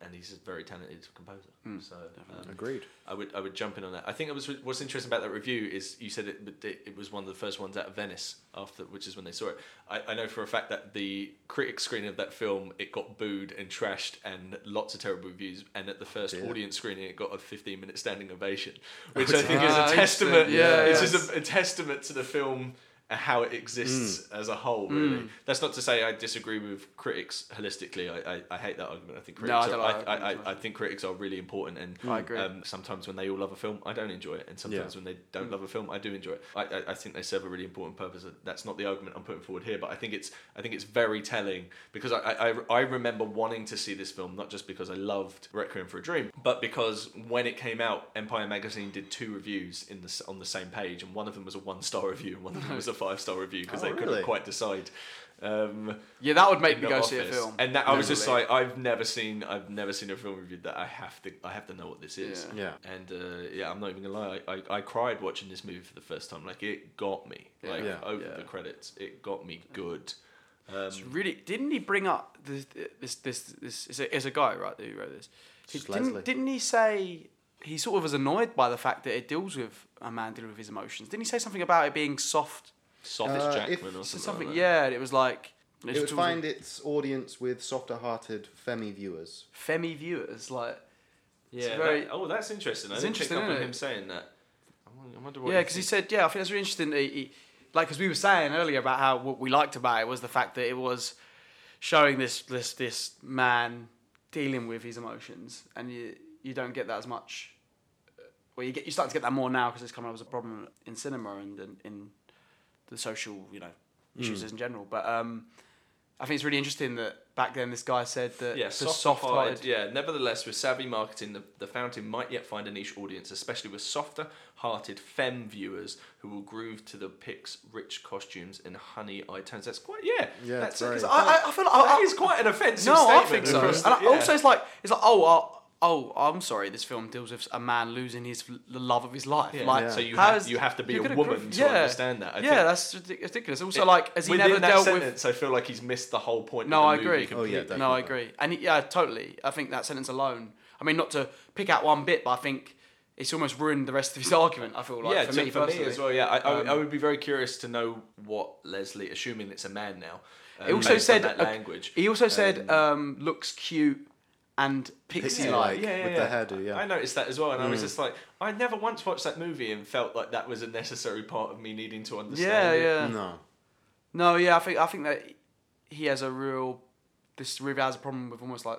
Speaker 6: and he's a very talented composer. So um,
Speaker 4: Agreed.
Speaker 6: I would I would jump in on that. I think it was what's interesting about that review is you said it but it, it was one of the first ones out of Venice after which is when they saw it. I, I know for a fact that the critic screening of that film it got booed and trashed and lots of terrible reviews and at the first
Speaker 4: Yeah.
Speaker 6: audience screening it got a 15 minute standing ovation which
Speaker 4: Oh,
Speaker 6: I think is
Speaker 5: Ah,
Speaker 6: a testament
Speaker 5: interesting. Yeah,
Speaker 6: it's
Speaker 5: yeah.
Speaker 6: just a, a testament to the film and how it exists
Speaker 5: Mm.
Speaker 6: as a whole really that's not to say I disagree with critics holistically I, I, I hate that argument I think critics
Speaker 5: No, I
Speaker 6: are-
Speaker 5: don't like
Speaker 6: I,
Speaker 5: that
Speaker 6: I,
Speaker 5: argument. Mm.
Speaker 6: I, I think critics are really important and
Speaker 5: I agree.
Speaker 6: um, sometimes when they all love a film I don't enjoy it and sometimes when they don't love a film I do enjoy it I, I, I think they serve a really important purpose that's not the argument I'm putting forward here but I think it's I think it's very telling because I, I, I- I remember wanting to see this film not just because I loved Requiem for a Dream but because when it came out Empire magazine did two reviews in the, s- on the same page and one of them was a one star review and one of them was a five star review because
Speaker 4: Oh,
Speaker 6: they
Speaker 4: really?
Speaker 6: couldn't quite decide um,
Speaker 5: Yeah, that would make
Speaker 6: in
Speaker 5: me
Speaker 6: the
Speaker 5: go see a
Speaker 6: office.
Speaker 5: film.
Speaker 6: And that, I was just
Speaker 5: Definitely.
Speaker 6: like, I've never seen, I've never seen a film reviewed that I have to, I have to know what this is.
Speaker 4: Yeah.
Speaker 6: And uh, yeah, I'm not even gonna lie, I, I, I cried watching this movie for the first time. Like it got me.
Speaker 5: Yeah.
Speaker 6: Like
Speaker 4: Yeah.
Speaker 6: over
Speaker 5: Yeah.
Speaker 6: the credits, it got me good. Um,
Speaker 5: It's really didn't he bring up this this this, this it's, a, it's a guy right who wrote this He
Speaker 4: Just Leslie.
Speaker 5: didn't, didn't he say he sort of was annoyed by the fact that it deals with a man dealing with his emotions didn't he say something about it being soft
Speaker 6: Soft
Speaker 4: Uh, if-
Speaker 6: Jackman or
Speaker 5: So
Speaker 6: something.
Speaker 5: something,
Speaker 6: like that.
Speaker 5: yeah, and it was like
Speaker 4: It would find its audience with softer-hearted femi viewers.
Speaker 5: Femi viewers like
Speaker 6: yeah.
Speaker 5: It's very-
Speaker 6: that- oh, that's interesting. I
Speaker 5: it's
Speaker 6: didn't
Speaker 5: interesting,
Speaker 6: pick up on
Speaker 5: isn't it?
Speaker 6: him saying that. I wonder- I wonder what.
Speaker 5: Yeah, because he said, yeah, I think that's really interesting. That he, he- like, because we were saying earlier about how what we liked about it was the fact that it was showing this this this man dealing with his emotions, and you you don't get that as much. uh, Well, you get you start to get that more now because it's coming up as a problem in cinema and, and in the social, you know, issues
Speaker 6: Hmm.
Speaker 5: in general. But um, I think it's really interesting that back then this guy said that
Speaker 6: Yeah,
Speaker 5: the
Speaker 6: soft-hearted. Yeah. Nevertheless, with savvy marketing, the, the fountain might yet find a niche audience, especially with softer-hearted femme viewers who will groove to the pic's rich costumes and honey-eyed tones. That's quite yeah.
Speaker 4: Yeah,
Speaker 6: that's
Speaker 4: it's
Speaker 6: because
Speaker 4: very-
Speaker 5: I, I, I feel like I,
Speaker 6: that is quite an offensive
Speaker 5: No, I
Speaker 6: statement.
Speaker 5: think so.
Speaker 6: across
Speaker 5: And
Speaker 6: the-
Speaker 5: I-
Speaker 6: yeah.
Speaker 5: also, it's like it's like oh, oh, oh, I'm sorry. This film deals with a man losing his the love of his life.
Speaker 6: Yeah.
Speaker 5: Like,
Speaker 4: Yeah.
Speaker 6: So you
Speaker 5: how
Speaker 6: have-
Speaker 5: is-
Speaker 6: you have to be
Speaker 5: you
Speaker 6: a
Speaker 5: could
Speaker 6: woman
Speaker 5: agree-
Speaker 6: to
Speaker 5: yeah.
Speaker 6: understand that, I
Speaker 5: yeah,
Speaker 6: think.
Speaker 5: that's ridic- ridiculous. Also,
Speaker 6: It-
Speaker 5: like, has he
Speaker 6: Within
Speaker 5: never
Speaker 6: that
Speaker 5: dealt with?
Speaker 6: sentence, I feel like he's missed the whole point.
Speaker 5: No, I
Speaker 6: of the
Speaker 5: agree.
Speaker 4: Oh,
Speaker 6: Movie
Speaker 4: yeah,
Speaker 6: completely.
Speaker 4: definitely.
Speaker 5: no, I agree. And it- yeah, totally. I think that sentence alone. I mean, not to pick out one bit, but I think it's almost ruined the rest of his argument. I feel like
Speaker 6: Oh, yeah,
Speaker 5: for,
Speaker 6: to-
Speaker 5: me,
Speaker 6: for me
Speaker 5: personally.
Speaker 6: as well. Yeah, I, I, would-
Speaker 5: Um,
Speaker 6: I would be very curious to know what Leslie, assuming it's a man now. uh,
Speaker 5: He also
Speaker 6: based on
Speaker 5: said
Speaker 6: that
Speaker 5: uh,
Speaker 6: language.
Speaker 5: He also said um, looks cute and pixie like.
Speaker 4: Pixie-like. with the hairdo, yeah.
Speaker 6: I noticed that as well, and I was just like, I never once watched that movie and felt like that was a necessary part of me needing to understand.
Speaker 5: Yeah,
Speaker 6: it.
Speaker 5: yeah.
Speaker 4: No.
Speaker 5: No, yeah, I think I think that he has a real this really has a problem with almost like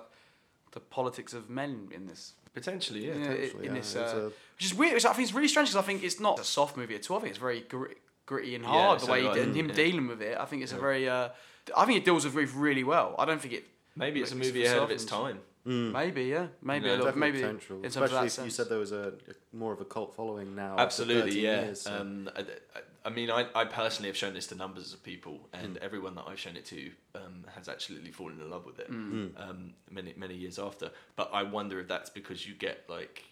Speaker 5: the politics of men in this.
Speaker 6: Potentially, yeah.
Speaker 5: Yeah,
Speaker 4: potentially,
Speaker 5: in
Speaker 4: yeah.
Speaker 5: this,
Speaker 4: It's
Speaker 5: uh,
Speaker 4: a-
Speaker 5: which is weird. Which I think is really strange because I think it's not a soft movie at all. I think it's very gr- gritty and hard
Speaker 6: so
Speaker 5: the way
Speaker 6: do
Speaker 5: he
Speaker 6: I.
Speaker 5: did, and him
Speaker 6: Yeah.
Speaker 5: dealing with it. I think it's a very. Uh, I think it deals with it really well. I don't think it.
Speaker 6: Maybe it's a
Speaker 5: makes
Speaker 6: movie
Speaker 5: for
Speaker 6: ahead of its
Speaker 5: soft
Speaker 6: time.
Speaker 5: Maybe yeah, maybe
Speaker 6: Yeah,
Speaker 5: a little,
Speaker 4: Definite
Speaker 5: maybe
Speaker 4: Hmm. potential.
Speaker 5: in terms
Speaker 4: Especially
Speaker 5: of that
Speaker 4: if
Speaker 5: sense.
Speaker 4: you said there was a, a more of a cult following now. after
Speaker 6: Absolutely,
Speaker 4: 13
Speaker 6: yeah.
Speaker 4: years, so-
Speaker 6: um, I, I- I mean, I, I personally have shown this to numbers of people, and everyone that I've shown it to um, has absolutely fallen in love with it um, many many years after. But I wonder if that's because you get like,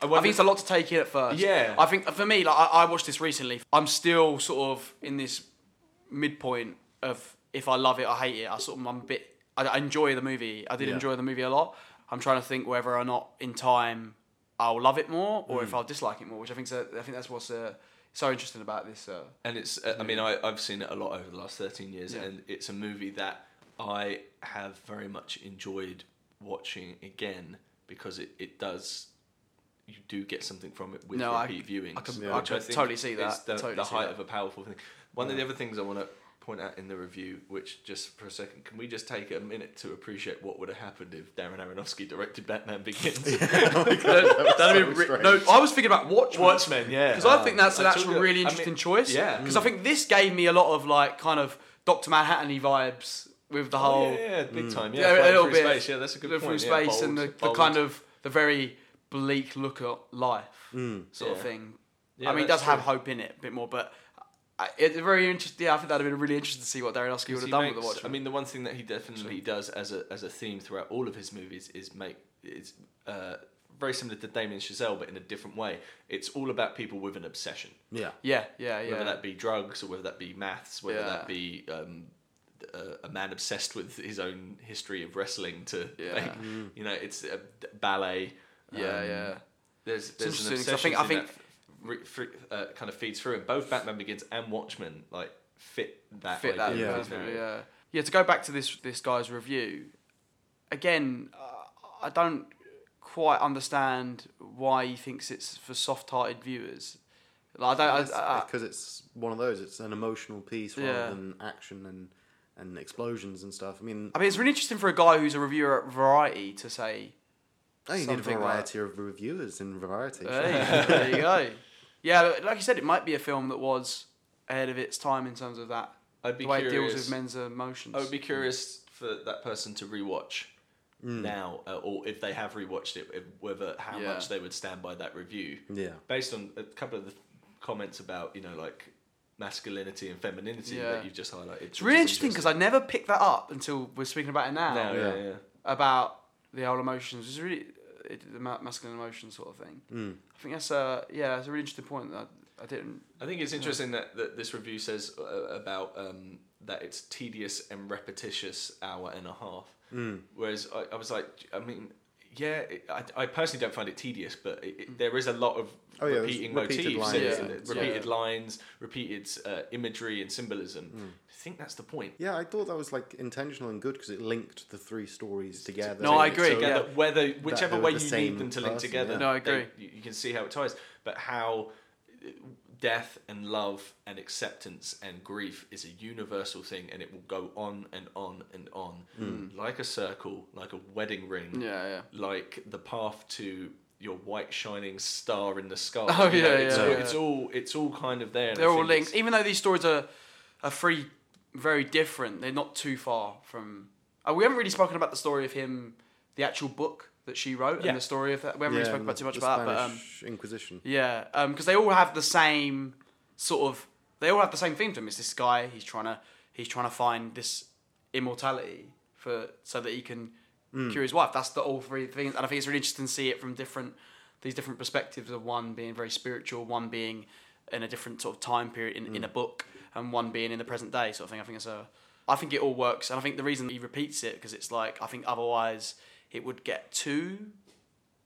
Speaker 6: I,
Speaker 5: I
Speaker 6: wonder
Speaker 5: think it's a lot to take in at first.
Speaker 6: Yeah.
Speaker 5: I think for me, like I, I watched this recently. I'm still sort of in this midpoint of if I love it or hate it. I sort of I'm a bit. I, I enjoy the movie. I did
Speaker 4: Yeah.
Speaker 5: enjoy the movie a lot. I'm trying to think whether or not in time I'll love it more or
Speaker 6: Mm.
Speaker 5: if I'll dislike it more. Which I think I think that's what's uh, so interesting about this. Uh,
Speaker 6: And it's, uh, I mean, I, I've seen it a lot over the last 13 years,
Speaker 5: Yeah.
Speaker 6: and it's a movie that I have very much enjoyed watching again because it, it does, you do get something from it with
Speaker 5: No, I-
Speaker 6: repeat viewings.
Speaker 5: I can-
Speaker 4: Yeah. I
Speaker 6: which
Speaker 5: can
Speaker 6: think
Speaker 5: totally see that,
Speaker 6: is the,
Speaker 5: totally
Speaker 6: the
Speaker 5: see
Speaker 6: height
Speaker 5: that.
Speaker 6: of a powerful thing. One of the other things I want to point out in the review, which just for a second, can we just take a minute to appreciate what would have happened if Darren Aronofsky directed Batman Begins?
Speaker 5: that'd
Speaker 4: so
Speaker 5: be ri-
Speaker 4: strange.
Speaker 5: no, I was thinking about Watchmen.
Speaker 6: Watchmen, yeah.
Speaker 5: Because I think that's an
Speaker 6: That's
Speaker 5: actual
Speaker 6: all good.
Speaker 5: really
Speaker 6: I mean,
Speaker 5: interesting choice.
Speaker 6: yeah.
Speaker 5: Because I think this gave me a lot of like kind of Doctor Manhattan vibes with the whole.
Speaker 6: Oh, yeah, yeah, big time. Yeah,
Speaker 5: Yeah, a
Speaker 6: flying
Speaker 5: little
Speaker 6: through
Speaker 5: bit.
Speaker 6: Space. Yeah, that's a good
Speaker 5: the
Speaker 6: point.
Speaker 5: Through
Speaker 6: yeah,
Speaker 5: space and the,
Speaker 6: bold,
Speaker 5: the
Speaker 6: bold.
Speaker 5: kind of the very bleak look at life sort
Speaker 6: Mm. Yeah.
Speaker 5: of thing.
Speaker 6: Yeah,
Speaker 5: I mean, it
Speaker 6: that's
Speaker 5: does have
Speaker 6: true.
Speaker 5: hope in it a bit more, but I, it's very interesting. Yeah, I think that'd have been really interesting to see what Darren Aronofsky would have
Speaker 6: He
Speaker 5: done with
Speaker 6: makes-
Speaker 5: the watch.
Speaker 6: I mean, the one thing that he definitely does as a as a theme throughout all of his movies is make is uh, very similar to Damien Chazelle, but in a different way. It's all about people with an obsession,
Speaker 4: yeah.
Speaker 5: yeah, yeah, Uh, yeah.
Speaker 6: whether that be drugs or whether that be maths, whether
Speaker 5: Yeah.
Speaker 6: that be um, a, a man obsessed with his own history of wrestling to
Speaker 5: Yeah. Mm.
Speaker 6: make, you know, it's uh, d- ballet.
Speaker 5: yeah,
Speaker 6: um,
Speaker 5: yeah.
Speaker 6: There's there's
Speaker 5: interesting,
Speaker 6: an
Speaker 5: 'cause I
Speaker 6: obsession.
Speaker 5: think- I
Speaker 6: thing that re- fr- uh, kind of feeds through, and both Batman Begins and Watchmen like fit that
Speaker 5: fit that
Speaker 6: idea
Speaker 4: yeah.
Speaker 5: perfectly. Yeah. yeah, to go back to this this guy's review, again, uh, I don't quite understand why he thinks it's for soft-hearted viewers. Like, I don't. I, I,
Speaker 4: because it's one of those. It's an emotional piece rather
Speaker 5: Yeah.
Speaker 4: than action and and explosions and stuff. I mean,
Speaker 5: I mean, it's really interesting for a guy who's a reviewer at Variety to say,
Speaker 4: oh, you need a
Speaker 5: something like-
Speaker 4: variety of reviewers in variety.
Speaker 5: "Hey, there you go." Yeah, but like you said, it might be a film that was ahead of its time in terms of that
Speaker 6: I'd be
Speaker 5: the way it
Speaker 6: curious.
Speaker 5: deals with men's emotions.
Speaker 6: I would be curious for that person to rewatch now, uh, or if they have rewatched it, if, whether how
Speaker 5: Yeah.
Speaker 6: much they would stand by that review.
Speaker 4: Yeah.
Speaker 6: Based on a couple of the comments about you know like masculinity and femininity
Speaker 5: Yeah.
Speaker 6: that you've just highlighted.
Speaker 5: it's really interesting because I never picked that up until we're speaking about it now.
Speaker 6: now yeah.
Speaker 4: Yeah.
Speaker 6: yeah
Speaker 5: about the old emotions. It's really it, the ma- masculine emotion sort of thing.
Speaker 6: Hmm.
Speaker 5: Mm. I think that's a yeah, that's a really interesting point that I, I didn't.
Speaker 6: I think it's interesting that, that this review says uh, about um, that it's
Speaker 4: Mm.
Speaker 6: tedious and repetitious hour and a half. Whereas I, I was like, I mean, yeah, it, I, I personally don't find it tedious, but it, it, there is a lot of
Speaker 4: Oh, yeah, there's
Speaker 6: repeating
Speaker 4: repeated
Speaker 6: motifs,
Speaker 4: lines,
Speaker 6: isn't
Speaker 5: yeah.
Speaker 6: it?
Speaker 5: Yeah.
Speaker 6: repeated lines, repeated uh, imagery and symbolism.
Speaker 4: Mm.
Speaker 6: I think that's the point.
Speaker 4: Yeah, I thought that was like intentional and good because it linked the three stories together.
Speaker 5: No, I
Speaker 4: So-
Speaker 5: agree,
Speaker 6: Together,
Speaker 5: yeah.
Speaker 6: whether whichever
Speaker 4: they're
Speaker 6: way
Speaker 4: the
Speaker 6: you
Speaker 4: same
Speaker 6: need them to link
Speaker 4: person,
Speaker 6: together,
Speaker 4: yeah.
Speaker 5: No, I
Speaker 6: they-
Speaker 5: agree.
Speaker 6: you- you can see how it ties, but how uh, death and love and acceptance and grief is a universal thing, and it will go on and on and on,
Speaker 4: Hmm.
Speaker 6: like a circle, like a wedding ring,
Speaker 5: Yeah, yeah.
Speaker 6: like the path to your white shining star in the sky.
Speaker 5: Oh,
Speaker 6: you know,
Speaker 5: yeah,
Speaker 6: it's,
Speaker 5: yeah,
Speaker 6: all,
Speaker 5: yeah.
Speaker 6: it's all it's all kind of there. and I
Speaker 5: They're all
Speaker 6: think
Speaker 5: linked.
Speaker 6: it's-
Speaker 5: Even though these stories are are three very different, they're not too far from. Uh, we haven't really spoken about the story of him, the actual book that she wrote,
Speaker 6: Yeah.
Speaker 5: and the story of that. We haven't
Speaker 4: Yeah,
Speaker 5: really spoken
Speaker 4: and the-
Speaker 5: about too much
Speaker 4: the
Speaker 5: about that, but um,
Speaker 4: Spanish Inquisition.
Speaker 5: yeah, because they all have the same sort of. They all have the same theme to him. It's this guy. He's trying to he's trying to find this immortality for so that he can
Speaker 4: Mm.
Speaker 5: cure his wife. That's the all three things, and I think it's really interesting to see it from different these different perspectives of one being very spiritual, one being in a different sort of time period in, in
Speaker 4: Mm.
Speaker 5: a book, and one being in the present day sort of thing. I think it's a. I think it all works, and I think the reason he repeats it because it's like I think otherwise it would get too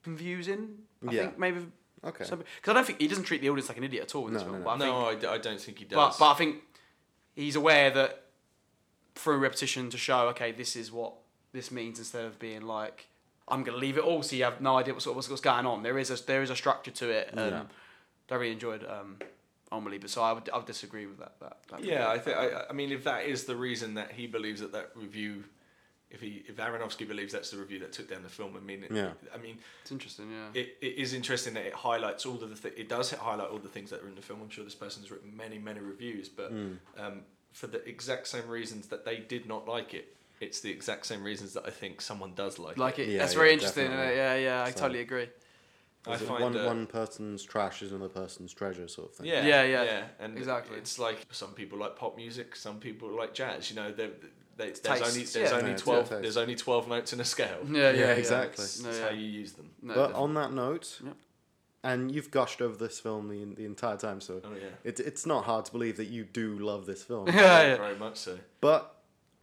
Speaker 5: confusing. I
Speaker 4: Yeah.
Speaker 5: think maybe
Speaker 4: Okay.
Speaker 5: because I don't think he doesn't treat the audience like an idiot at all in this
Speaker 4: No,
Speaker 5: film.
Speaker 4: no,
Speaker 5: But, I think,
Speaker 6: No, I, d- I don't think he
Speaker 5: but
Speaker 6: does.
Speaker 5: but I think he's aware that through repetition to show, okay, this is what this means, instead of being like, I'm gonna leave it all, so you have no idea what's what's, what's going on. There is a there is a structure to it. Um,
Speaker 4: Yeah.
Speaker 5: I really enjoyed um, Amelie, but so I would I would disagree with that. that, that
Speaker 6: Yeah, I think. I, I mean, if that is the reason that he believes that that review, if he if Aronofsky believes that's the review that took down the film, I mean, it,
Speaker 4: Yeah.
Speaker 6: I mean,
Speaker 5: it's interesting. Yeah,
Speaker 6: it, it is interesting that it highlights all of the th- it does highlight all the things that are in the film. I'm sure this person's written many many reviews, but
Speaker 4: Hmm.
Speaker 6: um, for the exact same reasons that they did not like it, it's the exact same reasons that I think someone does like.
Speaker 5: like it.
Speaker 4: Yeah,
Speaker 5: that's
Speaker 4: yeah,
Speaker 5: very interesting. isn't
Speaker 4: definitely.
Speaker 5: it? Yeah, yeah, I
Speaker 4: So-
Speaker 5: totally agree.
Speaker 6: I
Speaker 4: Is it
Speaker 6: find
Speaker 4: one,
Speaker 6: uh,
Speaker 4: one person's trash is another person's treasure, sort of thing.
Speaker 6: Yeah,
Speaker 5: Yeah, yeah,
Speaker 6: and
Speaker 5: exactly.
Speaker 6: It's like some people like pop music, some people like jazz. You know, they're, they, there's
Speaker 5: tastes,
Speaker 6: only there's
Speaker 5: yeah.
Speaker 6: only
Speaker 4: Yeah, it's
Speaker 6: twelve
Speaker 4: taste.
Speaker 6: there's only twelve notes in a scale.
Speaker 5: Yeah, yeah, yeah.
Speaker 4: exactly.
Speaker 6: It's,
Speaker 5: No,
Speaker 6: it's
Speaker 5: yeah.
Speaker 6: how you use them.
Speaker 5: No,
Speaker 4: but
Speaker 5: definitely.
Speaker 4: on that note,
Speaker 5: Yep.
Speaker 4: and you've gushed over this film the, the entire time, so
Speaker 6: Oh yeah,
Speaker 4: it's it's not hard to believe that you do love this film.
Speaker 5: yeah, yeah.
Speaker 6: very much so.
Speaker 4: but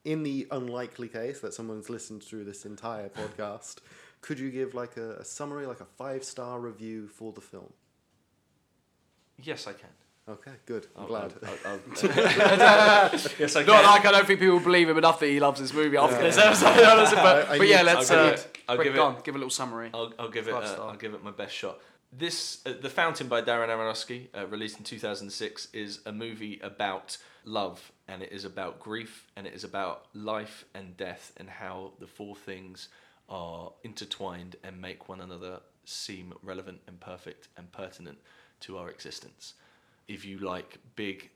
Speaker 4: in the unlikely case that someone's listened through this entire podcast, could you give like a, a summary, like a five star review for the film?
Speaker 6: Yes, I can.
Speaker 4: Okay, good. I'm
Speaker 5: Oh,
Speaker 6: I'll-
Speaker 4: glad.
Speaker 6: I'll- I'll- yes, I can.
Speaker 5: Not like I don't think people believe him enough that he loves this movie after this episode. honestly, but,
Speaker 4: I- I
Speaker 5: but yeah,
Speaker 4: need-
Speaker 5: let's.
Speaker 6: I'll
Speaker 5: Uh,
Speaker 6: give it- I'll
Speaker 5: Rick,
Speaker 6: give it-
Speaker 5: go on, give a little summary.
Speaker 6: I'll, I'll give it.
Speaker 5: Five
Speaker 6: Uh,
Speaker 5: star.
Speaker 6: I'll give it my best shot. This, uh, The Fountain by Darren Aronofsky, uh, released in 2006, is a movie about love, and it is about grief, and it is about life and death, and how the four things are intertwined and make one another seem relevant and perfect and pertinent to our existence. If you like big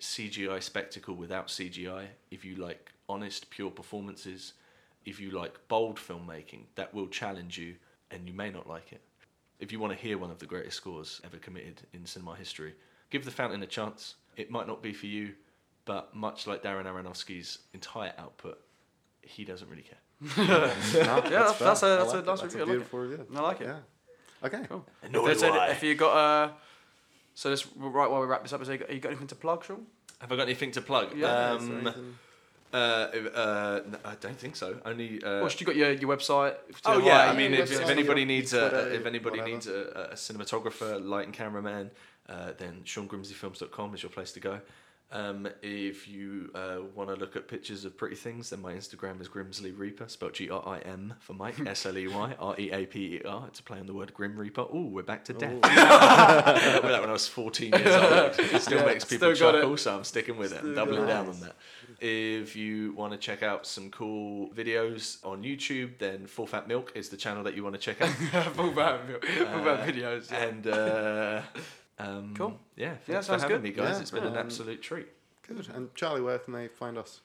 Speaker 6: CGI spectacle without CGI, if you like honest, pure performances, if you like bold filmmaking that will challenge you and you may not like it. If you want to hear one of the greatest scores ever committed in cinema history, give The Fountain a chance. It might not be for you, but much like Darren Aronofsky's entire output, he doesn't really care.
Speaker 4: yeah,
Speaker 5: that's- that's a- that's a nice review, I like it.
Speaker 4: beautiful review.
Speaker 5: I like it.
Speaker 4: Yeah. Okay.
Speaker 5: Cool.
Speaker 6: Nor
Speaker 5: If
Speaker 6: do
Speaker 5: there's any-
Speaker 6: I.
Speaker 5: If you got uh, so this right while we wrap this up, is you got, you got anything to plug, Sean?
Speaker 6: Have I got anything to plug?
Speaker 5: Yeah,
Speaker 4: Is there
Speaker 6: um,
Speaker 4: anything-
Speaker 6: uh, uh, no, I don't think so. Only. Uh,
Speaker 5: Well, you got your, your website. if you
Speaker 6: Oh
Speaker 5: don't
Speaker 6: yeah, I
Speaker 5: mind.
Speaker 6: mean,
Speaker 4: Yeah,
Speaker 6: if, if
Speaker 4: website,
Speaker 6: anybody
Speaker 4: yeah.
Speaker 6: needs a
Speaker 4: Twitter,
Speaker 6: if anybody
Speaker 4: whatever.
Speaker 6: needs a, a cinematographer, light and cameraman, uh, then SeanGrimseyFilms.com is your place to go. Um, if you uh, want to look at pictures of pretty things, then my Instagram is Grimsley Reaper, spelled G R I M for Mike, S L E Y R E A P E R. It's a play on the word Grim Reaper. Oh, we're back to death. I remember that when I was 14 years old. It still makes people
Speaker 5: still got it.
Speaker 6: chuckle, so I'm sticking with it. I'm doubling
Speaker 4: got it.
Speaker 6: down on that. If you want to check out some cool videos on YouTube, then Full Fat Milk is the channel that you want to check out.
Speaker 5: full about full about videos. Yeah.
Speaker 6: and uh, um,
Speaker 5: Cool.
Speaker 6: yeah, thanks for
Speaker 5: sounds
Speaker 6: having
Speaker 5: good.
Speaker 6: me, guys.
Speaker 4: Yeah,
Speaker 6: it's been an
Speaker 4: um,
Speaker 6: absolute treat.
Speaker 4: Good. And Charlie, where can they find us?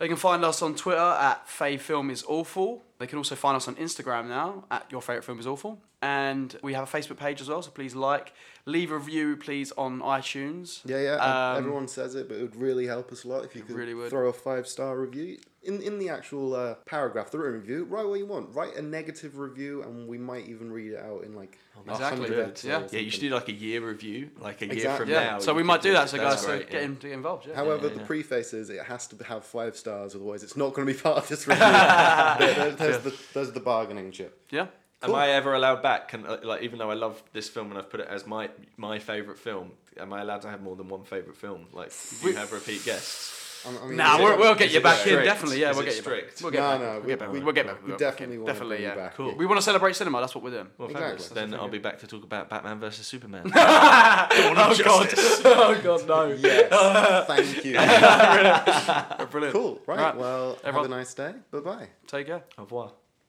Speaker 5: They can find us on Twitter at Film is Awful. They can also find us on Instagram now at Your Favorite Film is Awful. And we have a Facebook page as well, so please like, leave a review, please, on iTunes.
Speaker 4: Yeah, yeah.
Speaker 5: Um,
Speaker 4: everyone says it, but it would really help us a lot if you
Speaker 5: It
Speaker 4: could
Speaker 5: really would.
Speaker 4: throw a five star review. in in the actual uh, paragraph, the written review, write what you want. Write a negative review, and we might even read it out in like
Speaker 6: Oh,
Speaker 5: Exactly.
Speaker 4: 100 letters or
Speaker 5: Yeah.
Speaker 6: Yeah, you should
Speaker 4: something.
Speaker 6: do like a year review, like a year
Speaker 4: Exact-
Speaker 6: from
Speaker 5: Yeah,
Speaker 6: now.
Speaker 5: so
Speaker 6: you
Speaker 5: we
Speaker 6: could
Speaker 5: might do that. So
Speaker 6: That's
Speaker 5: guys, so
Speaker 6: great,
Speaker 5: get
Speaker 6: yeah.
Speaker 5: him to get involved. Yeah.
Speaker 4: However,
Speaker 6: yeah,
Speaker 4: the
Speaker 6: yeah.
Speaker 4: preface is it has to have five stars, otherwise it's not going to be part of this review. There- there- there's, the, there's the bargaining chip.
Speaker 5: yeah.
Speaker 6: Am I ever allowed back? Can uh, like even though I love this film and I've put it as my my favorite film, am I allowed to have more than one favorite film? Like, do you have repeat guests?
Speaker 4: Um, I mean,
Speaker 5: Nah,
Speaker 6: Is
Speaker 5: we're,
Speaker 6: it-
Speaker 5: we'll get
Speaker 6: is
Speaker 5: you
Speaker 6: it
Speaker 5: back in.
Speaker 6: strict?
Speaker 5: Definitely, yeah,
Speaker 6: Is
Speaker 5: we'll
Speaker 6: it
Speaker 5: get you back.
Speaker 6: strict?
Speaker 5: We'll get
Speaker 4: No,
Speaker 5: back.
Speaker 4: no,
Speaker 5: we'll
Speaker 4: we-
Speaker 5: get back.
Speaker 4: we-
Speaker 5: We'll get back.
Speaker 4: we
Speaker 5: We'll get
Speaker 4: definitely
Speaker 5: back.
Speaker 4: wanna
Speaker 5: definitely,
Speaker 4: bring
Speaker 5: yeah.
Speaker 4: you back.
Speaker 5: Cool. We want to celebrate cinema. That's what we're doing.
Speaker 6: Well,
Speaker 4: Exactly.
Speaker 6: fabulous.
Speaker 4: That's
Speaker 6: Then I'll be back to talk about Batman versus Superman.
Speaker 5: oh god. oh god, no.
Speaker 4: Yes. Thank you.
Speaker 5: Brilliant.
Speaker 4: cool. Right.
Speaker 5: Right.
Speaker 4: Well, have
Speaker 5: Everyone-
Speaker 4: a nice day. Bye bye.
Speaker 5: Take care.
Speaker 6: Au revoir.